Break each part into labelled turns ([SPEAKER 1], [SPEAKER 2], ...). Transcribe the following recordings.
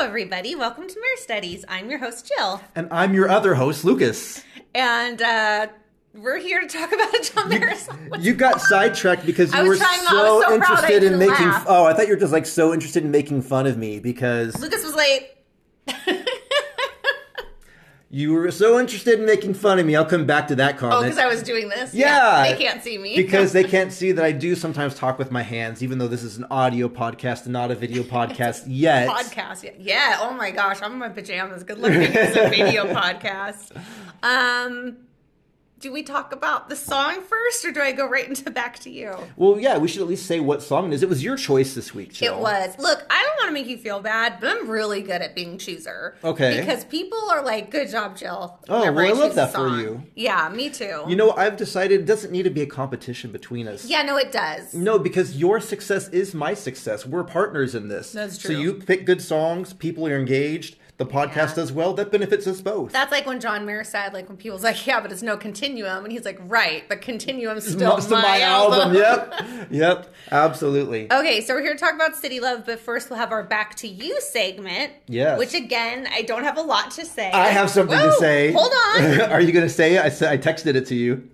[SPEAKER 1] everybody. Welcome to Mirror Studies. I'm your host, Jill.
[SPEAKER 2] And I'm your other host, Lucas.
[SPEAKER 1] And uh, we're here to talk about a John
[SPEAKER 2] You,
[SPEAKER 1] Marisol.
[SPEAKER 2] you got sidetracked because
[SPEAKER 1] I
[SPEAKER 2] you were
[SPEAKER 1] was
[SPEAKER 2] so,
[SPEAKER 1] trying- I was so proud I
[SPEAKER 2] interested in
[SPEAKER 1] didn't
[SPEAKER 2] making.
[SPEAKER 1] laugh.
[SPEAKER 2] Oh, I thought you were just like so interested in making fun of me because
[SPEAKER 1] Lucas was late.
[SPEAKER 2] you were so interested in making fun of me. I'll come back to that
[SPEAKER 1] Oh,
[SPEAKER 2] comment.
[SPEAKER 1] because I was doing this.
[SPEAKER 2] Yeah.
[SPEAKER 1] They can't see me.
[SPEAKER 2] because they can't see that I do sometimes talk with my hands, even though this is an audio podcast and not a video podcast yet.
[SPEAKER 1] podcast. Yeah. yeah. Oh my gosh. I'm in my pajamas. Good luck making this a video podcast. Um, do we talk about the song first or do I go right into back to you?
[SPEAKER 2] Well, yeah, we should at least say what song it is. It was your choice this week, Jill.
[SPEAKER 1] It was. Look, I don't want to make you feel bad, but I'm really good at being chooser.
[SPEAKER 2] Okay.
[SPEAKER 1] Because people are like, "Good job, Jill."
[SPEAKER 2] Oh,
[SPEAKER 1] whenever
[SPEAKER 2] well, I love
[SPEAKER 1] choose a
[SPEAKER 2] that for
[SPEAKER 1] song.
[SPEAKER 2] you.
[SPEAKER 1] Yeah, me too.
[SPEAKER 2] You know, I've decided it doesn't need to be a competition between us.
[SPEAKER 1] yeah, no, it does.
[SPEAKER 2] No, because your success is my success. We're partners in this.
[SPEAKER 1] That's
[SPEAKER 2] So
[SPEAKER 1] true.
[SPEAKER 2] you pick good songs, people are engaged, the podcast
[SPEAKER 1] Yeah.
[SPEAKER 2] does well, that benefits us both.
[SPEAKER 1] That's like when John Mayer said, like when people's like, "Yeah, but it's no continuum," and he's like, "Right, but continuum's still
[SPEAKER 2] Most of
[SPEAKER 1] my, album."
[SPEAKER 2] Yep. yep. Absolutely.
[SPEAKER 1] Okay, so we're here to talk about City Love, but first we'll have our Back to You segment.
[SPEAKER 2] Yes.
[SPEAKER 1] Which again, I don't have a lot to say.
[SPEAKER 2] I have something to
[SPEAKER 1] Whoa,
[SPEAKER 2] say.
[SPEAKER 1] Hold on.
[SPEAKER 2] are you going to say it? I, said- I texted it to you.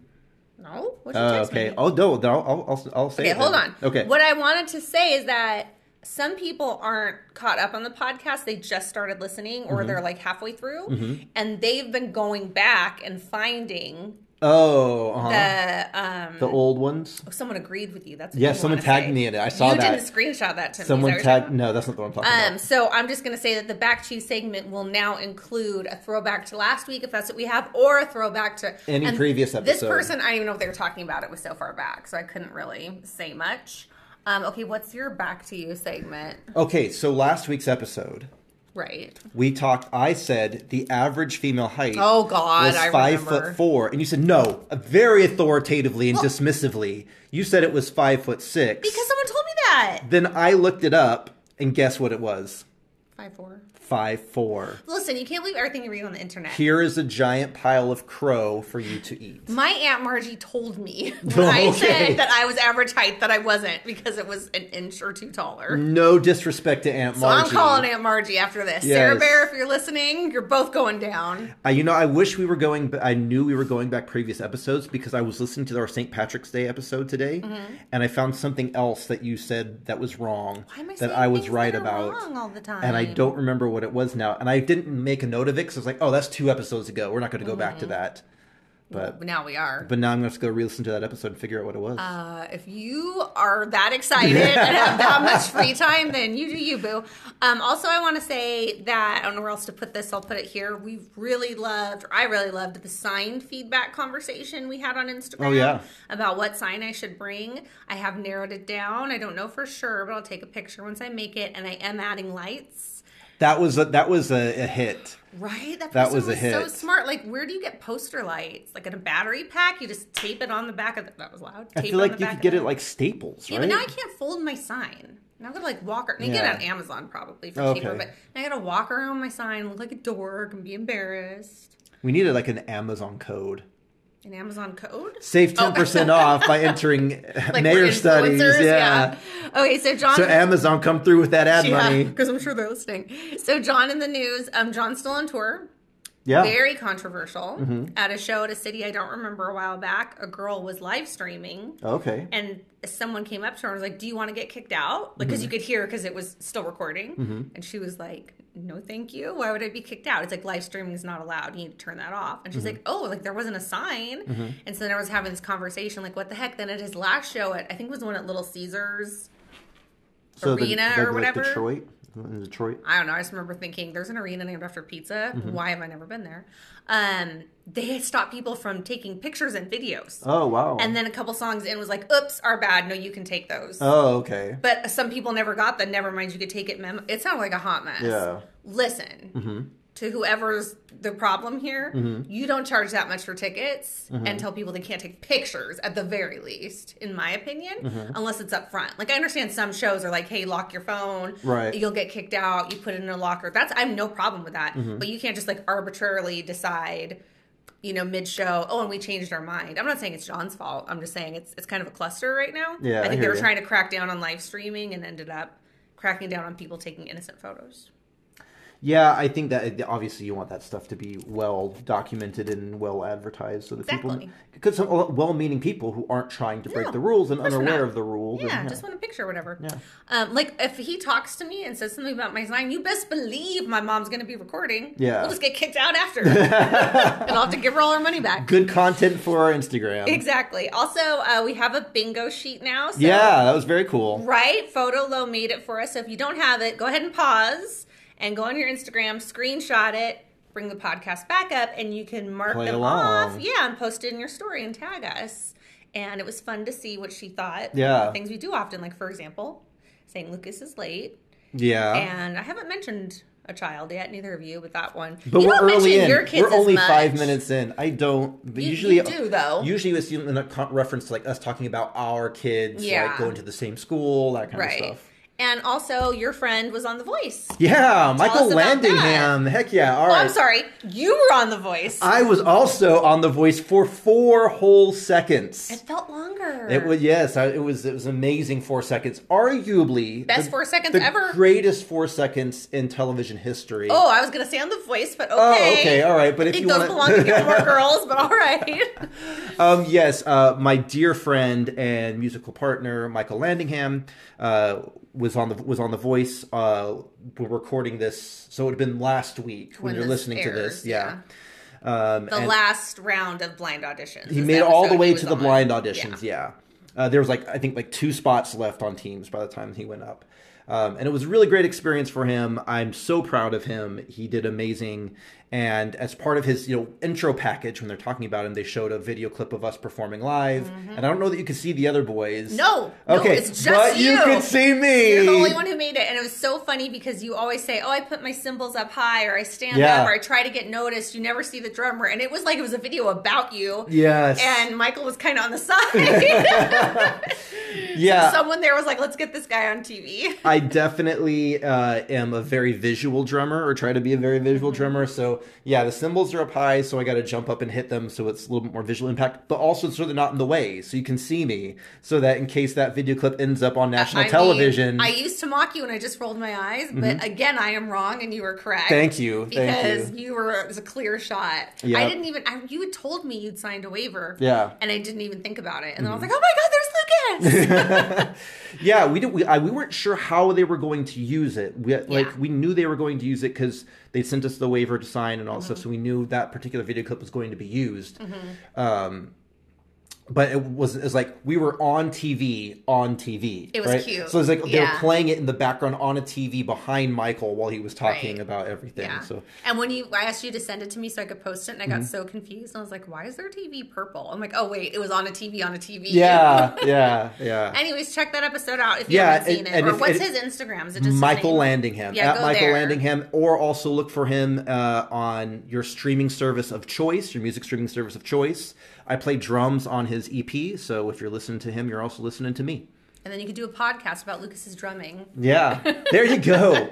[SPEAKER 1] no. What'd you
[SPEAKER 2] Uh,
[SPEAKER 1] text
[SPEAKER 2] okay.
[SPEAKER 1] me?
[SPEAKER 2] Oh, no. no I'll, I'll, I'll say
[SPEAKER 1] Okay,
[SPEAKER 2] it.
[SPEAKER 1] hold
[SPEAKER 2] then.
[SPEAKER 1] on.
[SPEAKER 2] Okay.
[SPEAKER 1] What I wanted to say is that some people aren't caught up on the podcast. They just started listening
[SPEAKER 2] Mm-hmm.
[SPEAKER 1] or they're like halfway through and they've been going back and finding
[SPEAKER 2] oh, uh-huh.
[SPEAKER 1] the um
[SPEAKER 2] the old ones?
[SPEAKER 1] someone agreed with you. That's what
[SPEAKER 2] Yeah,
[SPEAKER 1] you
[SPEAKER 2] someone
[SPEAKER 1] wanna
[SPEAKER 2] tagged
[SPEAKER 1] say.
[SPEAKER 2] me in it. I saw
[SPEAKER 1] you
[SPEAKER 2] that.
[SPEAKER 1] didn't screenshot that to me. Is
[SPEAKER 2] Someone
[SPEAKER 1] that what you're
[SPEAKER 2] tagged.
[SPEAKER 1] talking
[SPEAKER 2] No, that's not the one I'm talking
[SPEAKER 1] about?
[SPEAKER 2] about.
[SPEAKER 1] Um, so I'm just going to say that the back to you segment will now include a throwback to last week, if that's what we have, or a throwback to
[SPEAKER 2] Any
[SPEAKER 1] and
[SPEAKER 2] previous
[SPEAKER 1] This
[SPEAKER 2] episode.
[SPEAKER 1] person, I don't even know if they were talking about. It was so far back, so I couldn't really say much. Um, okay, what's your back to you segment?
[SPEAKER 2] Okay, so last week's episode,
[SPEAKER 1] Right.
[SPEAKER 2] we talked. I said the average female height.
[SPEAKER 1] Oh God,
[SPEAKER 2] was
[SPEAKER 1] I
[SPEAKER 2] five
[SPEAKER 1] remember.
[SPEAKER 2] foot four, and you said no, uh, very authoritatively and dismissively. You said it was five foot six.
[SPEAKER 1] Because someone told me that
[SPEAKER 2] then I looked it up, and guess what it was?
[SPEAKER 1] five four.
[SPEAKER 2] Five four.
[SPEAKER 1] Listen, you can't believe everything you read on the internet.
[SPEAKER 2] Here is a giant pile of crow for you to eat.
[SPEAKER 1] My aunt Margie told me when I
[SPEAKER 2] Oh, Okay.
[SPEAKER 1] said that I was average height that I wasn't because it was an inch or two taller.
[SPEAKER 2] No disrespect to Aunt
[SPEAKER 1] So I'm
[SPEAKER 2] Mm, Margie.
[SPEAKER 1] calling Aunt Margie after this.
[SPEAKER 2] Yes.
[SPEAKER 1] Sarah Bear, if you're listening, you're both going down.
[SPEAKER 2] I, you know, I wish we were going. But I knew we were going back previous episodes because I was listening to our St. Patrick's Day episode today, and I found something else that you said that was wrong
[SPEAKER 1] Mm-hmm. Why am I
[SPEAKER 2] that
[SPEAKER 1] saying
[SPEAKER 2] I was
[SPEAKER 1] things
[SPEAKER 2] right
[SPEAKER 1] that are
[SPEAKER 2] about
[SPEAKER 1] wrong all the time?
[SPEAKER 2] And I don't remember what it was now, and I didn't make a note of it because I was like, "Oh, that's two episodes ago. We're not going to go
[SPEAKER 1] Mm-hmm.
[SPEAKER 2] back to that." But
[SPEAKER 1] Now we are.
[SPEAKER 2] but now I'm going to have to go re-listen to that episode and figure out what it was.
[SPEAKER 1] Uh, if you are that excited and have that much free time, then you do you, boo. Um, also, I want to say that I don't know where else to put this. I'll put it here. We really loved, or I really loved, the sign feedback conversation we had on Instagram.
[SPEAKER 2] Oh, yeah.
[SPEAKER 1] About what sign I should bring. I have narrowed it down. I don't know for sure, but I'll take a picture once I make it. And I am adding lights.
[SPEAKER 2] that was a, that was a, a hit.
[SPEAKER 1] Right? That,
[SPEAKER 2] That
[SPEAKER 1] person
[SPEAKER 2] was
[SPEAKER 1] was,
[SPEAKER 2] a
[SPEAKER 1] so
[SPEAKER 2] hit.
[SPEAKER 1] smart. Like, where do you get poster lights? Like in a battery pack? You just tape it on the back of the, that was loud. Tape
[SPEAKER 2] I feel
[SPEAKER 1] on
[SPEAKER 2] like
[SPEAKER 1] the
[SPEAKER 2] you
[SPEAKER 1] back
[SPEAKER 2] could
[SPEAKER 1] of
[SPEAKER 2] get
[SPEAKER 1] the-
[SPEAKER 2] it like Staples,
[SPEAKER 1] Yeah,
[SPEAKER 2] right?
[SPEAKER 1] but now I can't fold my sign. Now I gotta like walk ar- You get
[SPEAKER 2] Yeah.
[SPEAKER 1] it on Amazon probably for cheaper,
[SPEAKER 2] Okay.
[SPEAKER 1] but now I gotta walk around my sign, look like a dork, and be embarrassed.
[SPEAKER 2] we needed like an Amazon code.
[SPEAKER 1] An Amazon code?
[SPEAKER 2] Save ten percent off by entering
[SPEAKER 1] Oh. we're
[SPEAKER 2] Mayor Studies.
[SPEAKER 1] influencers?
[SPEAKER 2] yeah.
[SPEAKER 1] Okay, so John.
[SPEAKER 2] So Amazon come through with that ad money.
[SPEAKER 1] because I'm sure they're listening. So John in the news. Um, John's still on tour.
[SPEAKER 2] Yeah. Mm-hmm.
[SPEAKER 1] very controversial at a show at a city I don't remember a while back. A girl was live streaming,
[SPEAKER 2] okay.
[SPEAKER 1] and someone came up to her and was like, "Do you want to get kicked out?" Because you could hear because it was still recording, and she was like, "No, thank you. Why would I be kicked out? It's like live streaming is not allowed. You need to turn that off." And she's like, "Oh, like there wasn't a sign." And so then I was having this conversation, like, "What the heck?" Then at his last show, at I think it was the one at Little Caesars. Arena or whatever?
[SPEAKER 2] Detroit. In Detroit.
[SPEAKER 1] I don't know. I just remember thinking there's an arena named after pizza. Why have I never been there? Um, they stopped people from taking pictures and videos.
[SPEAKER 2] Oh wow.
[SPEAKER 1] And then a couple songs in was like, oops, are bad. No, you can take those.
[SPEAKER 2] oh okay.
[SPEAKER 1] But some people never got the never mind, you could take it memo. It sounded like a hot mess.
[SPEAKER 2] Yeah.
[SPEAKER 1] Listen to whoever's the problem here. You don't charge that much for tickets and tell people they can't take pictures at the very least, in my opinion, unless it's up front. Like I understand some shows are like, hey, lock your phone.
[SPEAKER 2] Right.
[SPEAKER 1] You'll get kicked out. You put it in a locker. That's I have no problem with that. But you can't just like arbitrarily decide you know, mid show, oh, and we changed our mind. I'm not saying it's John's fault. I'm just saying it's it's kind of a cluster right now.
[SPEAKER 2] Yeah,
[SPEAKER 1] I
[SPEAKER 2] I
[SPEAKER 1] think they
[SPEAKER 2] hear
[SPEAKER 1] were
[SPEAKER 2] ya.
[SPEAKER 1] trying to crack down on live streaming and ended up cracking down on people taking innocent photos.
[SPEAKER 2] Yeah, I think that obviously you want that stuff to be well documented and well advertised so that people,
[SPEAKER 1] Exactly.
[SPEAKER 2] because some well-meaning people who aren't trying to break
[SPEAKER 1] No,
[SPEAKER 2] the rules and
[SPEAKER 1] of course
[SPEAKER 2] unaware
[SPEAKER 1] not.
[SPEAKER 2] of the rules,
[SPEAKER 1] Yeah,
[SPEAKER 2] and,
[SPEAKER 1] just want a picture or whatever.
[SPEAKER 2] Yeah.
[SPEAKER 1] Um, like if he talks to me and says something about my sign, you best believe my mom's gonna be recording.
[SPEAKER 2] Yeah.
[SPEAKER 1] We'll just get kicked out after. and I'll have to give her all our money back.
[SPEAKER 2] good content for our Instagram.
[SPEAKER 1] Exactly. Also, uh, we have a bingo sheet now. So
[SPEAKER 2] Yeah, that was very cool.
[SPEAKER 1] Right? Photolo made it for us. So if you don't have it, go ahead and pause and go on your Instagram, screenshot it, bring the podcast back up, and you can mark
[SPEAKER 2] Play
[SPEAKER 1] them
[SPEAKER 2] along.
[SPEAKER 1] off. Yeah, and post it in your story and tag us. And it was fun to see what she thought.
[SPEAKER 2] Yeah.
[SPEAKER 1] Things we do often, like for example, saying Lucas is late.
[SPEAKER 2] Yeah.
[SPEAKER 1] And I haven't mentioned a child yet, neither of you, but that one.
[SPEAKER 2] But
[SPEAKER 1] you
[SPEAKER 2] we're
[SPEAKER 1] don't
[SPEAKER 2] early
[SPEAKER 1] mention
[SPEAKER 2] in.
[SPEAKER 1] your kids
[SPEAKER 2] we're only
[SPEAKER 1] as much.
[SPEAKER 2] five minutes in. I don't. But
[SPEAKER 1] You-
[SPEAKER 2] usually,
[SPEAKER 1] you do, though.
[SPEAKER 2] Usually, it's in a con- reference to like us talking about our kids, like
[SPEAKER 1] Yeah.
[SPEAKER 2] going to the same school, that kind
[SPEAKER 1] Right.
[SPEAKER 2] of stuff.
[SPEAKER 1] And also, your friend was on The Voice.
[SPEAKER 2] Yeah, Michael
[SPEAKER 1] us about that.
[SPEAKER 2] Landingham. Heck yeah! All
[SPEAKER 1] Oh,
[SPEAKER 2] right.
[SPEAKER 1] I'm sorry. You were on The Voice.
[SPEAKER 2] I was also on The Voice for four whole
[SPEAKER 1] It
[SPEAKER 2] seconds.
[SPEAKER 1] felt longer.
[SPEAKER 2] It was yes, I, it was it was amazing four seconds. Arguably
[SPEAKER 1] Best four seconds
[SPEAKER 2] the
[SPEAKER 1] ever.
[SPEAKER 2] Greatest four seconds in television history.
[SPEAKER 1] Oh, I was gonna say on the voice, but okay.
[SPEAKER 2] Oh, okay, all right. But if
[SPEAKER 1] It
[SPEAKER 2] you
[SPEAKER 1] does
[SPEAKER 2] want
[SPEAKER 1] belong to Gilmore Girls, but all right.
[SPEAKER 2] Um, yes, uh, my dear friend and musical partner Michael Landingham uh, was on the was on the Voice. Uh, we're recording this, so it would have been last week when,
[SPEAKER 1] When
[SPEAKER 2] you're
[SPEAKER 1] this
[SPEAKER 2] listening to
[SPEAKER 1] airs,
[SPEAKER 2] this. Yeah, Um,
[SPEAKER 1] The
[SPEAKER 2] and
[SPEAKER 1] last round of blind auditions.
[SPEAKER 2] he
[SPEAKER 1] is
[SPEAKER 2] made it
[SPEAKER 1] the
[SPEAKER 2] all the
[SPEAKER 1] episode
[SPEAKER 2] way
[SPEAKER 1] he
[SPEAKER 2] to
[SPEAKER 1] was
[SPEAKER 2] the
[SPEAKER 1] on.
[SPEAKER 2] blind auditions. Yeah, Uh, there was like I think like two spots left on teams by the time he went up. Um, and it was a really great experience for him. I'm so proud of him. He did amazing. And as part of his, you know, intro package, when they're talking about him, they showed a video clip of us performing live. And I don't know that you could see the other boys.
[SPEAKER 1] Mm-hmm. No, no,
[SPEAKER 2] Okay.
[SPEAKER 1] it's just
[SPEAKER 2] but you.
[SPEAKER 1] you.
[SPEAKER 2] could see me.
[SPEAKER 1] You're the only one who made it, and it was so funny because you always say, "Oh, I put my cymbals up high, or I stand
[SPEAKER 2] Yeah.
[SPEAKER 1] up, or I try to get noticed." You never see the drummer, and it was like it was a video about you.
[SPEAKER 2] Yes.
[SPEAKER 1] And Michael was kind of on the side.
[SPEAKER 2] yeah.
[SPEAKER 1] Someone there was like, "Let's get this guy on TV."
[SPEAKER 2] I definitely uh, am a very visual drummer, or try to be a very visual
[SPEAKER 1] Mm-hmm.
[SPEAKER 2] drummer. So yeah, the cymbals are up high, so I got to jump up and hit them, so it's a little bit more visual impact. But also, so they're not in the way, so you can see me, so that in case that video clip ends up on national
[SPEAKER 1] I mean,
[SPEAKER 2] television, Mm-hmm.
[SPEAKER 1] I used to mock you and I just rolled my eyes, but again, I am wrong and you were correct.
[SPEAKER 2] thank you,
[SPEAKER 1] Because
[SPEAKER 2] thank you.
[SPEAKER 1] you. were it was a clear shot. I
[SPEAKER 2] Yep.
[SPEAKER 1] didn't even I, you had told me you'd signed a waiver.
[SPEAKER 2] Yeah. Mm-hmm.
[SPEAKER 1] And I didn't even think about it. And then I was like, "Oh my god, there's Lucas."
[SPEAKER 2] Yeah, we did. We, I, we weren't sure how they were going to use it. We,
[SPEAKER 1] Yeah.
[SPEAKER 2] Like we knew they were going to use it because they sent us the waiver to sign and all that stuff.
[SPEAKER 1] Mm-hmm.
[SPEAKER 2] So we knew that particular video clip was going to be used. Um, but it was, it was like we were on TV on TV.
[SPEAKER 1] It was
[SPEAKER 2] right?
[SPEAKER 1] cute.
[SPEAKER 2] So it's like they were
[SPEAKER 1] Yeah.
[SPEAKER 2] playing it in the background on a TV behind Michael while he was talking
[SPEAKER 1] Right.
[SPEAKER 2] about everything.
[SPEAKER 1] yeah.
[SPEAKER 2] So Mm-hmm.
[SPEAKER 1] And when you I asked you to send it to me so I could post it and I got so confused. I was like, "Why is their TV purple?" I'm like, "Oh wait, it was on a TV on a TV."
[SPEAKER 2] yeah, yeah, yeah.
[SPEAKER 1] Anyways, check that episode out if you
[SPEAKER 2] Yeah,
[SPEAKER 1] haven't seen
[SPEAKER 2] and-
[SPEAKER 1] it.
[SPEAKER 2] and
[SPEAKER 1] or
[SPEAKER 2] if-
[SPEAKER 1] what's
[SPEAKER 2] and-
[SPEAKER 1] his Instagram? Is it just his
[SPEAKER 2] Michael
[SPEAKER 1] name?
[SPEAKER 2] Landingham
[SPEAKER 1] Yeah,
[SPEAKER 2] at
[SPEAKER 1] go
[SPEAKER 2] Michael
[SPEAKER 1] there.
[SPEAKER 2] Landingham, or also look for him uh, on your streaming service of choice, your music streaming service of choice. I play drums on his EP, so if you're listening to him, you're also listening to me.
[SPEAKER 1] And then you could do a podcast about Lucas's drumming.
[SPEAKER 2] Yeah, there you go.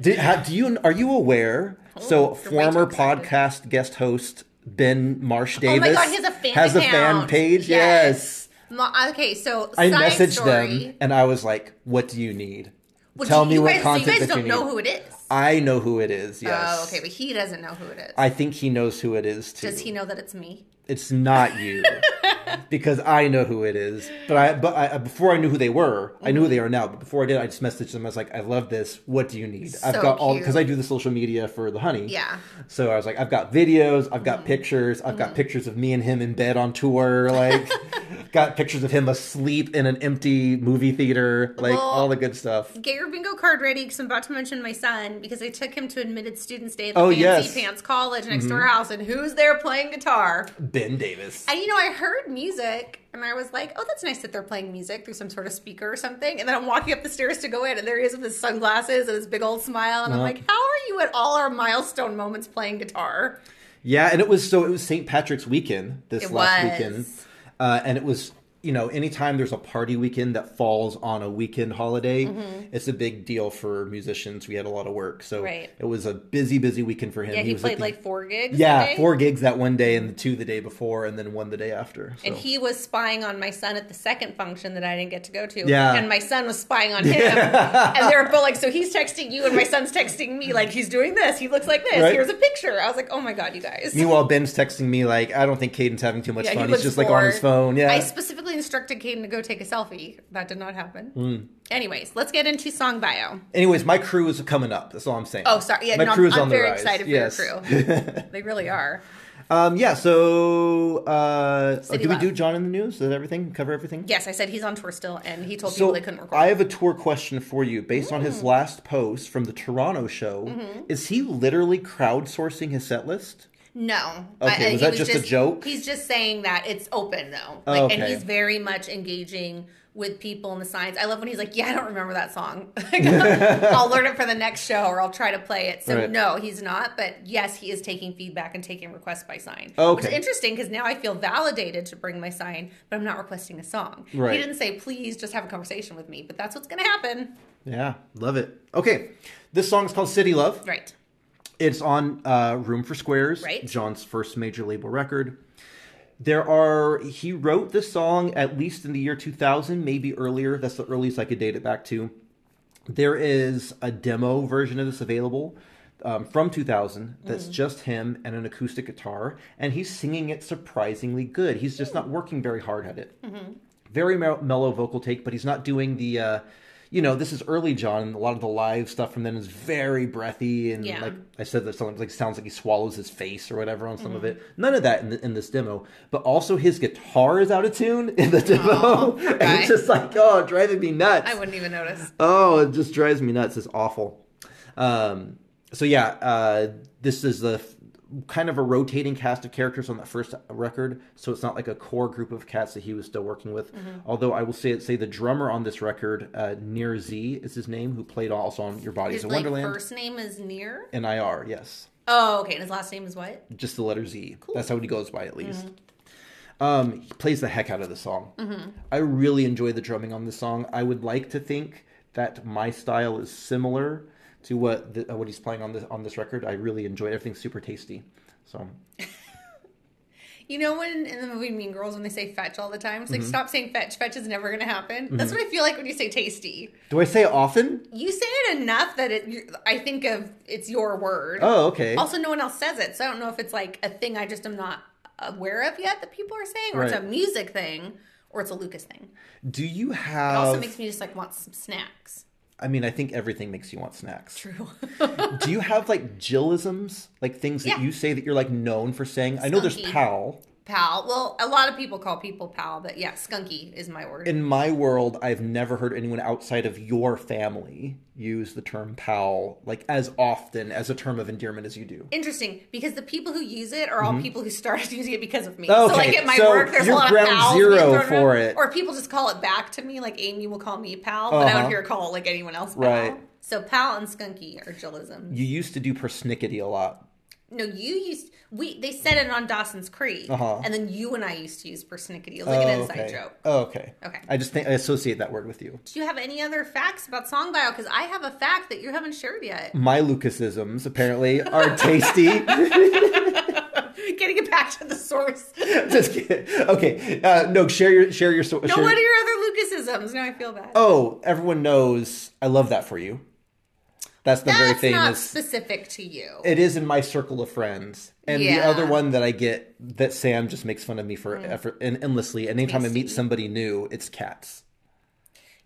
[SPEAKER 2] Did, how, do you are you aware? so
[SPEAKER 1] you're way too
[SPEAKER 2] former
[SPEAKER 1] excited.
[SPEAKER 2] podcast guest host Ben Marsh
[SPEAKER 1] Oh
[SPEAKER 2] Davis
[SPEAKER 1] my god, he has a fan
[SPEAKER 2] has a
[SPEAKER 1] account.
[SPEAKER 2] fan page. Yes.
[SPEAKER 1] Ma- Okay, so
[SPEAKER 2] I
[SPEAKER 1] side
[SPEAKER 2] messaged
[SPEAKER 1] story.
[SPEAKER 2] them and I was like, "What do you need?
[SPEAKER 1] Well,
[SPEAKER 2] Tell
[SPEAKER 1] do
[SPEAKER 2] me
[SPEAKER 1] you
[SPEAKER 2] what
[SPEAKER 1] guys,
[SPEAKER 2] content
[SPEAKER 1] So you guys
[SPEAKER 2] that
[SPEAKER 1] don't
[SPEAKER 2] you need."
[SPEAKER 1] know who it is.
[SPEAKER 2] I know who it is. Yes.
[SPEAKER 1] Oh, okay, but he doesn't know who it is.
[SPEAKER 2] I think he knows who it is too.
[SPEAKER 1] Does he know that it's me?
[SPEAKER 2] It's not you, because I know who it is. But I, but I, before I knew who they were, I knew who they are now. But before I did, I just messaged them. I was like, "I love this. What do you need? I've
[SPEAKER 1] So
[SPEAKER 2] got all
[SPEAKER 1] cute.
[SPEAKER 2] because I do the social media for the honey.
[SPEAKER 1] Yeah. Mm-hmm.
[SPEAKER 2] So I was like, I've got videos. I've got pictures. I've got pictures of me and him in bed on tour. Like, got pictures of him asleep in an empty movie theater. Like
[SPEAKER 1] Well,
[SPEAKER 2] all the good stuff.
[SPEAKER 1] Get your bingo card ready because I'm about to mention my son because I took him to Admitted Students Day at the
[SPEAKER 2] Oh,
[SPEAKER 1] Fancy
[SPEAKER 2] yes. Mm-hmm.
[SPEAKER 1] Pants College next to our house, and who's there playing guitar?
[SPEAKER 2] Ben Davis.
[SPEAKER 1] And you know, I heard music and I was like, oh, that's nice that they're playing music through some sort of speaker or something. And then I'm walking up the stairs to go in, and there he is with his sunglasses and his big old smile. And I'm
[SPEAKER 2] Uh-huh.
[SPEAKER 1] like, how are you at all our milestone moments playing guitar?
[SPEAKER 2] Yeah, and it was so it was St. Patrick's weekend this
[SPEAKER 1] It
[SPEAKER 2] last
[SPEAKER 1] was.
[SPEAKER 2] weekend, uh, and it was you know, anytime there's a party weekend that falls on a weekend holiday,
[SPEAKER 1] Mm-hmm.
[SPEAKER 2] it's a big deal for musicians. We had a lot of work, so
[SPEAKER 1] Right.
[SPEAKER 2] it was a busy, busy weekend for him.
[SPEAKER 1] Yeah, he,
[SPEAKER 2] was at
[SPEAKER 1] played
[SPEAKER 2] the-
[SPEAKER 1] like four gigs.
[SPEAKER 2] yeah
[SPEAKER 1] that day.
[SPEAKER 2] four gigs that one day and the two the day before, and then one the day after. So.
[SPEAKER 1] And he was spying on my son at the second function that I didn't get to go to.
[SPEAKER 2] Yeah.
[SPEAKER 1] And my son was spying on him. And they're both like, so he's texting you and my son's texting me, like, he's doing this. He looks like this.
[SPEAKER 2] Right.
[SPEAKER 1] Here's a picture. I was like, oh my God, you guys.
[SPEAKER 2] Meanwhile, Ben's texting me like, "I don't think Caden's having too much
[SPEAKER 1] Yeah, he
[SPEAKER 2] fun. He's
[SPEAKER 1] looks
[SPEAKER 2] just like on his
[SPEAKER 1] bored.
[SPEAKER 2] phone." Yeah,
[SPEAKER 1] I specifically instructed Caden to go take a selfie. That did not happen.
[SPEAKER 2] Hmm.
[SPEAKER 1] Anyways, let's get into song bio.
[SPEAKER 2] Anyways, my crew is coming up. That's all I'm saying.
[SPEAKER 1] Oh, sorry. Yeah,
[SPEAKER 2] my
[SPEAKER 1] no,
[SPEAKER 2] crew
[SPEAKER 1] I'm,
[SPEAKER 2] is
[SPEAKER 1] I'm
[SPEAKER 2] on the
[SPEAKER 1] very
[SPEAKER 2] rise.
[SPEAKER 1] excited for
[SPEAKER 2] Yes.
[SPEAKER 1] your crew. they really are.
[SPEAKER 2] Um, yeah. So, uh, oh,
[SPEAKER 1] City
[SPEAKER 2] did we
[SPEAKER 1] Life.
[SPEAKER 2] do John in the news? Did everything cover everything?
[SPEAKER 1] Yes, I said he's on tour still, and he told people
[SPEAKER 2] So
[SPEAKER 1] they couldn't record. Mm.
[SPEAKER 2] I have a tour question for you. Based on his last post from the Toronto show,
[SPEAKER 1] Mm-hmm.
[SPEAKER 2] is he literally crowdsourcing his set list?
[SPEAKER 1] No.
[SPEAKER 2] Okay, was
[SPEAKER 1] he
[SPEAKER 2] that just a joke?
[SPEAKER 1] He's just saying that it's open though.
[SPEAKER 2] Oh,
[SPEAKER 1] Like and
[SPEAKER 2] okay.
[SPEAKER 1] he's very much engaging with people in the signs. I love when he's like, "Yeah, I don't remember that song. I'll learn it for the next show or I'll try to play it." So
[SPEAKER 2] Right.
[SPEAKER 1] no, he's not, but yes, he is taking feedback and taking requests by sign. Which is
[SPEAKER 2] Oh, Okay.
[SPEAKER 1] interesting cuz now I feel validated to bring my sign, but I'm not requesting a song.
[SPEAKER 2] Right.
[SPEAKER 1] He didn't say, "Please just have a conversation with me," but that's what's going to happen.
[SPEAKER 2] Yeah, love it. Okay, this song is called City Love.
[SPEAKER 1] Right.
[SPEAKER 2] It's on uh, Room for Squares,
[SPEAKER 1] Right.
[SPEAKER 2] John's first major label record. There are, he wrote this song at least in the year 2000, maybe earlier. That's the earliest I could date it back to. There is a demo version of this available um, from 2000 that's
[SPEAKER 1] Mm.
[SPEAKER 2] just him and an acoustic guitar, and he's singing it surprisingly good. He's just not working very hard at it
[SPEAKER 1] Mm-hmm.
[SPEAKER 2] very mel- mellow vocal take, but he's not doing the, uh, you know, this is early John, and a lot of the live stuff from then is very breathy, and
[SPEAKER 1] Yeah.
[SPEAKER 2] like I said, that sounds like sounds like he swallows his face or whatever on some of
[SPEAKER 1] Mm-hmm.
[SPEAKER 2] it. None of that in, the, in this demo, but also his guitar is out of tune in the demo, and
[SPEAKER 1] Oh, okay.
[SPEAKER 2] it's just like, oh, driving me nuts.
[SPEAKER 1] I wouldn't even notice.
[SPEAKER 2] Oh, it just drives me nuts. It's awful. Um, so yeah, uh, this is the f- kind of a rotating cast of characters on that first record. So it's not like a core group of cats that he was still working with.
[SPEAKER 1] Mm-hmm.
[SPEAKER 2] Although I will say say the drummer on this record, uh, Near Z is his name, who played also on Your Body's
[SPEAKER 1] His
[SPEAKER 2] a
[SPEAKER 1] like
[SPEAKER 2] Wonderland.
[SPEAKER 1] first name is Near.
[SPEAKER 2] NIR, yes,
[SPEAKER 1] Oh, okay. And his last name is what?
[SPEAKER 2] just the letter Z. That's how he goes by
[SPEAKER 1] Mm-hmm.
[SPEAKER 2] at least. Um, he plays the heck out of the song.
[SPEAKER 1] Mm-hmm.
[SPEAKER 2] I really enjoy the drumming on this song. I would like to think that my style is similar to what the, uh, what he's playing on this on this record. I really enjoy it. everything's super tasty. So
[SPEAKER 1] You know when in the movie Mean Girls when they say fetch all the time? It's
[SPEAKER 2] Mm-hmm.
[SPEAKER 1] like stop saying fetch. Fetch is never going to happen. That's what I feel like when you say tasty.
[SPEAKER 2] do I say it often?
[SPEAKER 1] You say it enough that it. you I think of it's your word.
[SPEAKER 2] Oh, okay.
[SPEAKER 1] Also, no one else says it, so I don't know if it's like a thing I just am not aware of yet that people are saying, or it's a
[SPEAKER 2] Right.
[SPEAKER 1] music thing, or it's a Lucas thing.
[SPEAKER 2] do you
[SPEAKER 1] It
[SPEAKER 2] have?
[SPEAKER 1] also makes me just like want some snacks.
[SPEAKER 2] I mean, I think everything makes you want snacks.
[SPEAKER 1] True.
[SPEAKER 2] do you have like jillisms, like things that
[SPEAKER 1] Yeah.
[SPEAKER 2] you say that you're like known for saying? I know there's
[SPEAKER 1] Skunky.
[SPEAKER 2] pal.
[SPEAKER 1] pal. Well, a lot of people call people pal, but yeah, skunky is my word.
[SPEAKER 2] in my world, I've never heard anyone outside of your family use the term pal like as often as a term of endearment as you do.
[SPEAKER 1] Interesting, because the people who use it are all people who started using it because of me. So,
[SPEAKER 2] Mm-hmm. Okay,
[SPEAKER 1] like at my
[SPEAKER 2] so
[SPEAKER 1] work, there's a
[SPEAKER 2] you're
[SPEAKER 1] lot
[SPEAKER 2] ground
[SPEAKER 1] of pals
[SPEAKER 2] zero
[SPEAKER 1] being thrown
[SPEAKER 2] for
[SPEAKER 1] around.
[SPEAKER 2] it.
[SPEAKER 1] or people just call it back to me. Like Amy will call me pal, but I
[SPEAKER 2] Uh-huh.
[SPEAKER 1] don't hear call like anyone else pal.
[SPEAKER 2] Right.
[SPEAKER 1] So pal and skunky are jillisms.
[SPEAKER 2] You used to do persnickety a lot.
[SPEAKER 1] No, you used we they said it on Dawson's Creek,
[SPEAKER 2] Uh-huh.
[SPEAKER 1] and then you and I used to use persnickety. It was like an inside
[SPEAKER 2] okay.
[SPEAKER 1] joke.
[SPEAKER 2] Oh, okay.
[SPEAKER 1] Okay.
[SPEAKER 2] I just think I associate that word with you.
[SPEAKER 1] Do you have any other facts about song bio? Because I have a fact that you haven't shared yet.
[SPEAKER 2] My Lucasisms apparently are tasty.
[SPEAKER 1] Getting it back to the source.
[SPEAKER 2] just kidding. Okay. Uh, no, share your share your story.
[SPEAKER 1] No, what are your other Lucasisms? Now I feel bad.
[SPEAKER 2] oh, everyone knows. I love that for you. That's the very
[SPEAKER 1] That's not
[SPEAKER 2] famous.
[SPEAKER 1] specific to you.
[SPEAKER 2] it is in my circle of friends. And the
[SPEAKER 1] Yeah. Mm.
[SPEAKER 2] other one that I get that Sam just makes fun of me for effort and endlessly. And anytime I meet
[SPEAKER 1] Tasty.
[SPEAKER 2] somebody new, it's cats.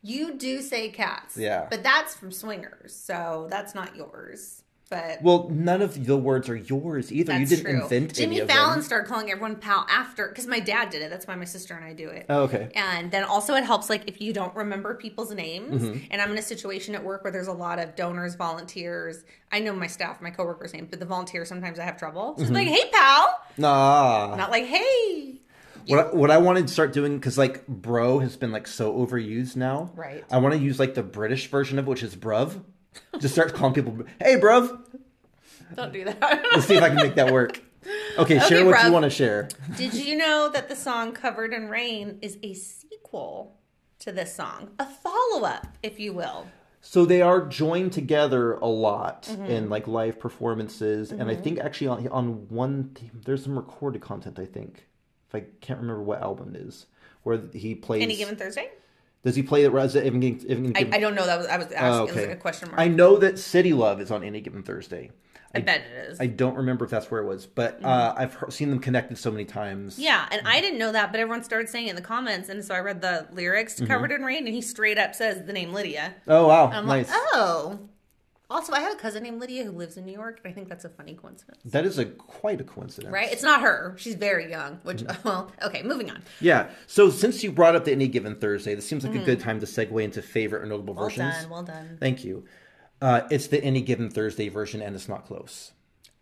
[SPEAKER 1] You do say cats.
[SPEAKER 2] Yeah.
[SPEAKER 1] But that's from swingers, so that's not yours. But
[SPEAKER 2] Well, none of the words are yours either.
[SPEAKER 1] that's
[SPEAKER 2] you didn't
[SPEAKER 1] true.
[SPEAKER 2] invent
[SPEAKER 1] Jimmy
[SPEAKER 2] any of
[SPEAKER 1] Fallon
[SPEAKER 2] them.
[SPEAKER 1] started calling everyone pal after because my dad did it. That's why my sister and I do it.
[SPEAKER 2] Oh, okay.
[SPEAKER 1] And then also it helps like if you don't remember people's names.
[SPEAKER 2] Mm-hmm.
[SPEAKER 1] And I'm in a situation at work where there's a lot of donors, volunteers. I know my staff, my coworkers' names, but the volunteers sometimes I have trouble. So it's
[SPEAKER 2] Mm-hmm.
[SPEAKER 1] like, hey pal,
[SPEAKER 2] Nah.
[SPEAKER 1] not like hey.
[SPEAKER 2] What I, what I wanted to start doing because like bro has been like so overused now.
[SPEAKER 1] Right.
[SPEAKER 2] I want to use like the British version of it, which is bruv. Just start calling people, hey bruv.
[SPEAKER 1] Don't do that.
[SPEAKER 2] Let's see if I can make that work. Okay,
[SPEAKER 1] Okay,
[SPEAKER 2] share what
[SPEAKER 1] Rob.
[SPEAKER 2] you want to share.
[SPEAKER 1] Did you know that the song Covered in Rain is a sequel to this song? A follow up, if you will.
[SPEAKER 2] So they are joined together a lot
[SPEAKER 1] Mm-hmm.
[SPEAKER 2] in like live performances, and I think actually on, on one th- there's some recorded content. I think if I can't remember what album it is where he plays.
[SPEAKER 1] Any given Thursday?
[SPEAKER 2] does he play the Res- Even Given? Even
[SPEAKER 1] I,
[SPEAKER 2] Given-
[SPEAKER 1] I don't know. That was I was asking
[SPEAKER 2] Oh,
[SPEAKER 1] it was
[SPEAKER 2] okay.
[SPEAKER 1] like a question mark.
[SPEAKER 2] I
[SPEAKER 1] I,
[SPEAKER 2] know that City Love is on any given Thursday.
[SPEAKER 1] bet it is.
[SPEAKER 2] I don't remember if that's where it was, but uh, I've heard, seen them connected so many times.
[SPEAKER 1] Mm-hmm. yeah, and I didn't know that, but everyone started saying it in the comments, and so I read the lyrics
[SPEAKER 2] Mm-hmm.
[SPEAKER 1] to Covered in Rain, and he straight up says the name Lydia.
[SPEAKER 2] Oh wow,
[SPEAKER 1] I'm
[SPEAKER 2] nice.
[SPEAKER 1] like, oh. Also, I have a cousin named Lydia who lives in New York, and I think that's a funny coincidence.
[SPEAKER 2] That is a quite a coincidence,
[SPEAKER 1] Right? It's not her. She's very young, which,
[SPEAKER 2] Mm-hmm.
[SPEAKER 1] well, okay, moving on.
[SPEAKER 2] Yeah. So since you brought up the any given Thursday, this seems like a good time to segue into favorite or notable
[SPEAKER 1] Mm-hmm. Well
[SPEAKER 2] versions.
[SPEAKER 1] done, well done.
[SPEAKER 2] Thank you. Uh, it's the any given Thursday version, and it's not close.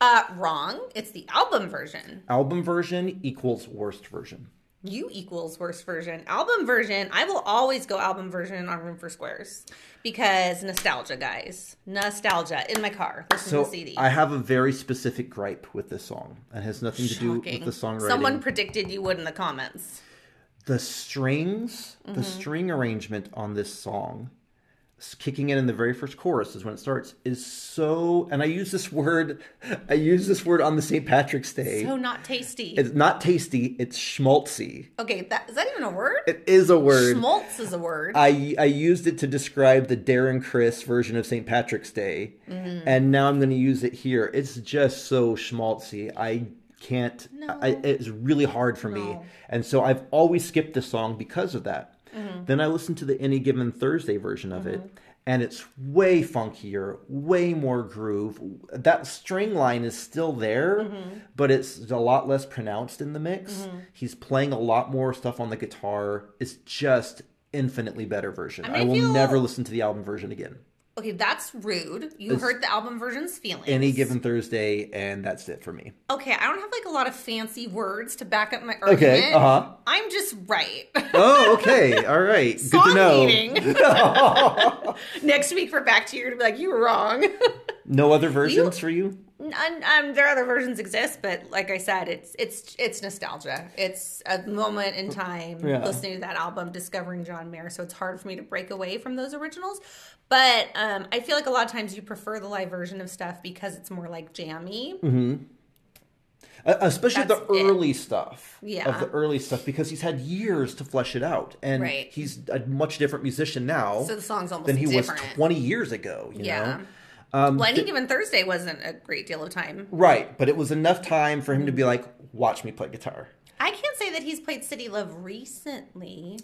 [SPEAKER 1] Uh, wrong. It's the album version.
[SPEAKER 2] Album version equals worst version.
[SPEAKER 1] You equals worst version. Album version, I will always go album version on Room for Squares because nostalgia, guys. Nostalgia in my car. Listen to
[SPEAKER 2] So
[SPEAKER 1] the CD.
[SPEAKER 2] I have a very specific gripe with this song, and has nothing to do
[SPEAKER 1] Shocking.
[SPEAKER 2] with the songwriting.
[SPEAKER 1] Someone predicted you would in the comments.
[SPEAKER 2] the strings,
[SPEAKER 1] Mm-hmm.
[SPEAKER 2] the string arrangement on this song, s- kicking in in the very first chorus is when it starts, is so. And I use this word, I use this word on the St. Patrick's Day.
[SPEAKER 1] So Oh, not tasty.
[SPEAKER 2] it's not tasty. It's schmaltzy.
[SPEAKER 1] okay, that, is that even a word?
[SPEAKER 2] It is a word.
[SPEAKER 1] Schmaltz is a word.
[SPEAKER 2] I, I used it to describe the Darren Chris version of St. Patrick's Day, and now I'm going to use it here. It's just so schmaltzy. I can't. I, it's really hard for me,
[SPEAKER 1] No.
[SPEAKER 2] and so I've always skipped the song because of that. Then I listened to the Any Given Thursday version of it, and it's way funkier, way more groove. That string line is still there,
[SPEAKER 1] Mm-hmm.
[SPEAKER 2] but it's a lot less pronounced in the mix. He's playing a lot more stuff on the guitar. It's just infinitely better version. I,
[SPEAKER 1] mean, I
[SPEAKER 2] will
[SPEAKER 1] feel-
[SPEAKER 2] never listen to the album version again.
[SPEAKER 1] okay, that's rude. You hurt the album version's feelings.
[SPEAKER 2] Any given Thursday, and that's it for me.
[SPEAKER 1] okay, I don't have like a lot of fancy words to back up my argument.
[SPEAKER 2] Okay, uh-huh.
[SPEAKER 1] I'm just right.
[SPEAKER 2] Oh, okay, all right, good to know.
[SPEAKER 1] meeting. Next week for back to you, you're gonna be like, you were wrong.
[SPEAKER 2] No other versions for you.
[SPEAKER 1] And, um, there are other versions exist, but like I said, it's it's it's nostalgia. It's a moment in time
[SPEAKER 2] Yeah.
[SPEAKER 1] listening to that album, discovering John Mayer. So it's hard for me to break away from those originals. But um, I feel like a lot of times you prefer the live version of stuff because it's more like jammy.
[SPEAKER 2] Mm-hmm. Uh, especially
[SPEAKER 1] That's
[SPEAKER 2] the
[SPEAKER 1] it.
[SPEAKER 2] early stuff
[SPEAKER 1] Yeah.
[SPEAKER 2] of the early stuff because he's had years to flesh it out and
[SPEAKER 1] Right.
[SPEAKER 2] he's a much different musician now
[SPEAKER 1] So the song's almost
[SPEAKER 2] than he
[SPEAKER 1] different.
[SPEAKER 2] was 20 years ago you
[SPEAKER 1] Yeah.
[SPEAKER 2] know Um,
[SPEAKER 1] well, any given Thursday wasn't a great deal of time.
[SPEAKER 2] right but it was enough time for him to be like watch me play guitar
[SPEAKER 1] I can't say that he's played City Love recently.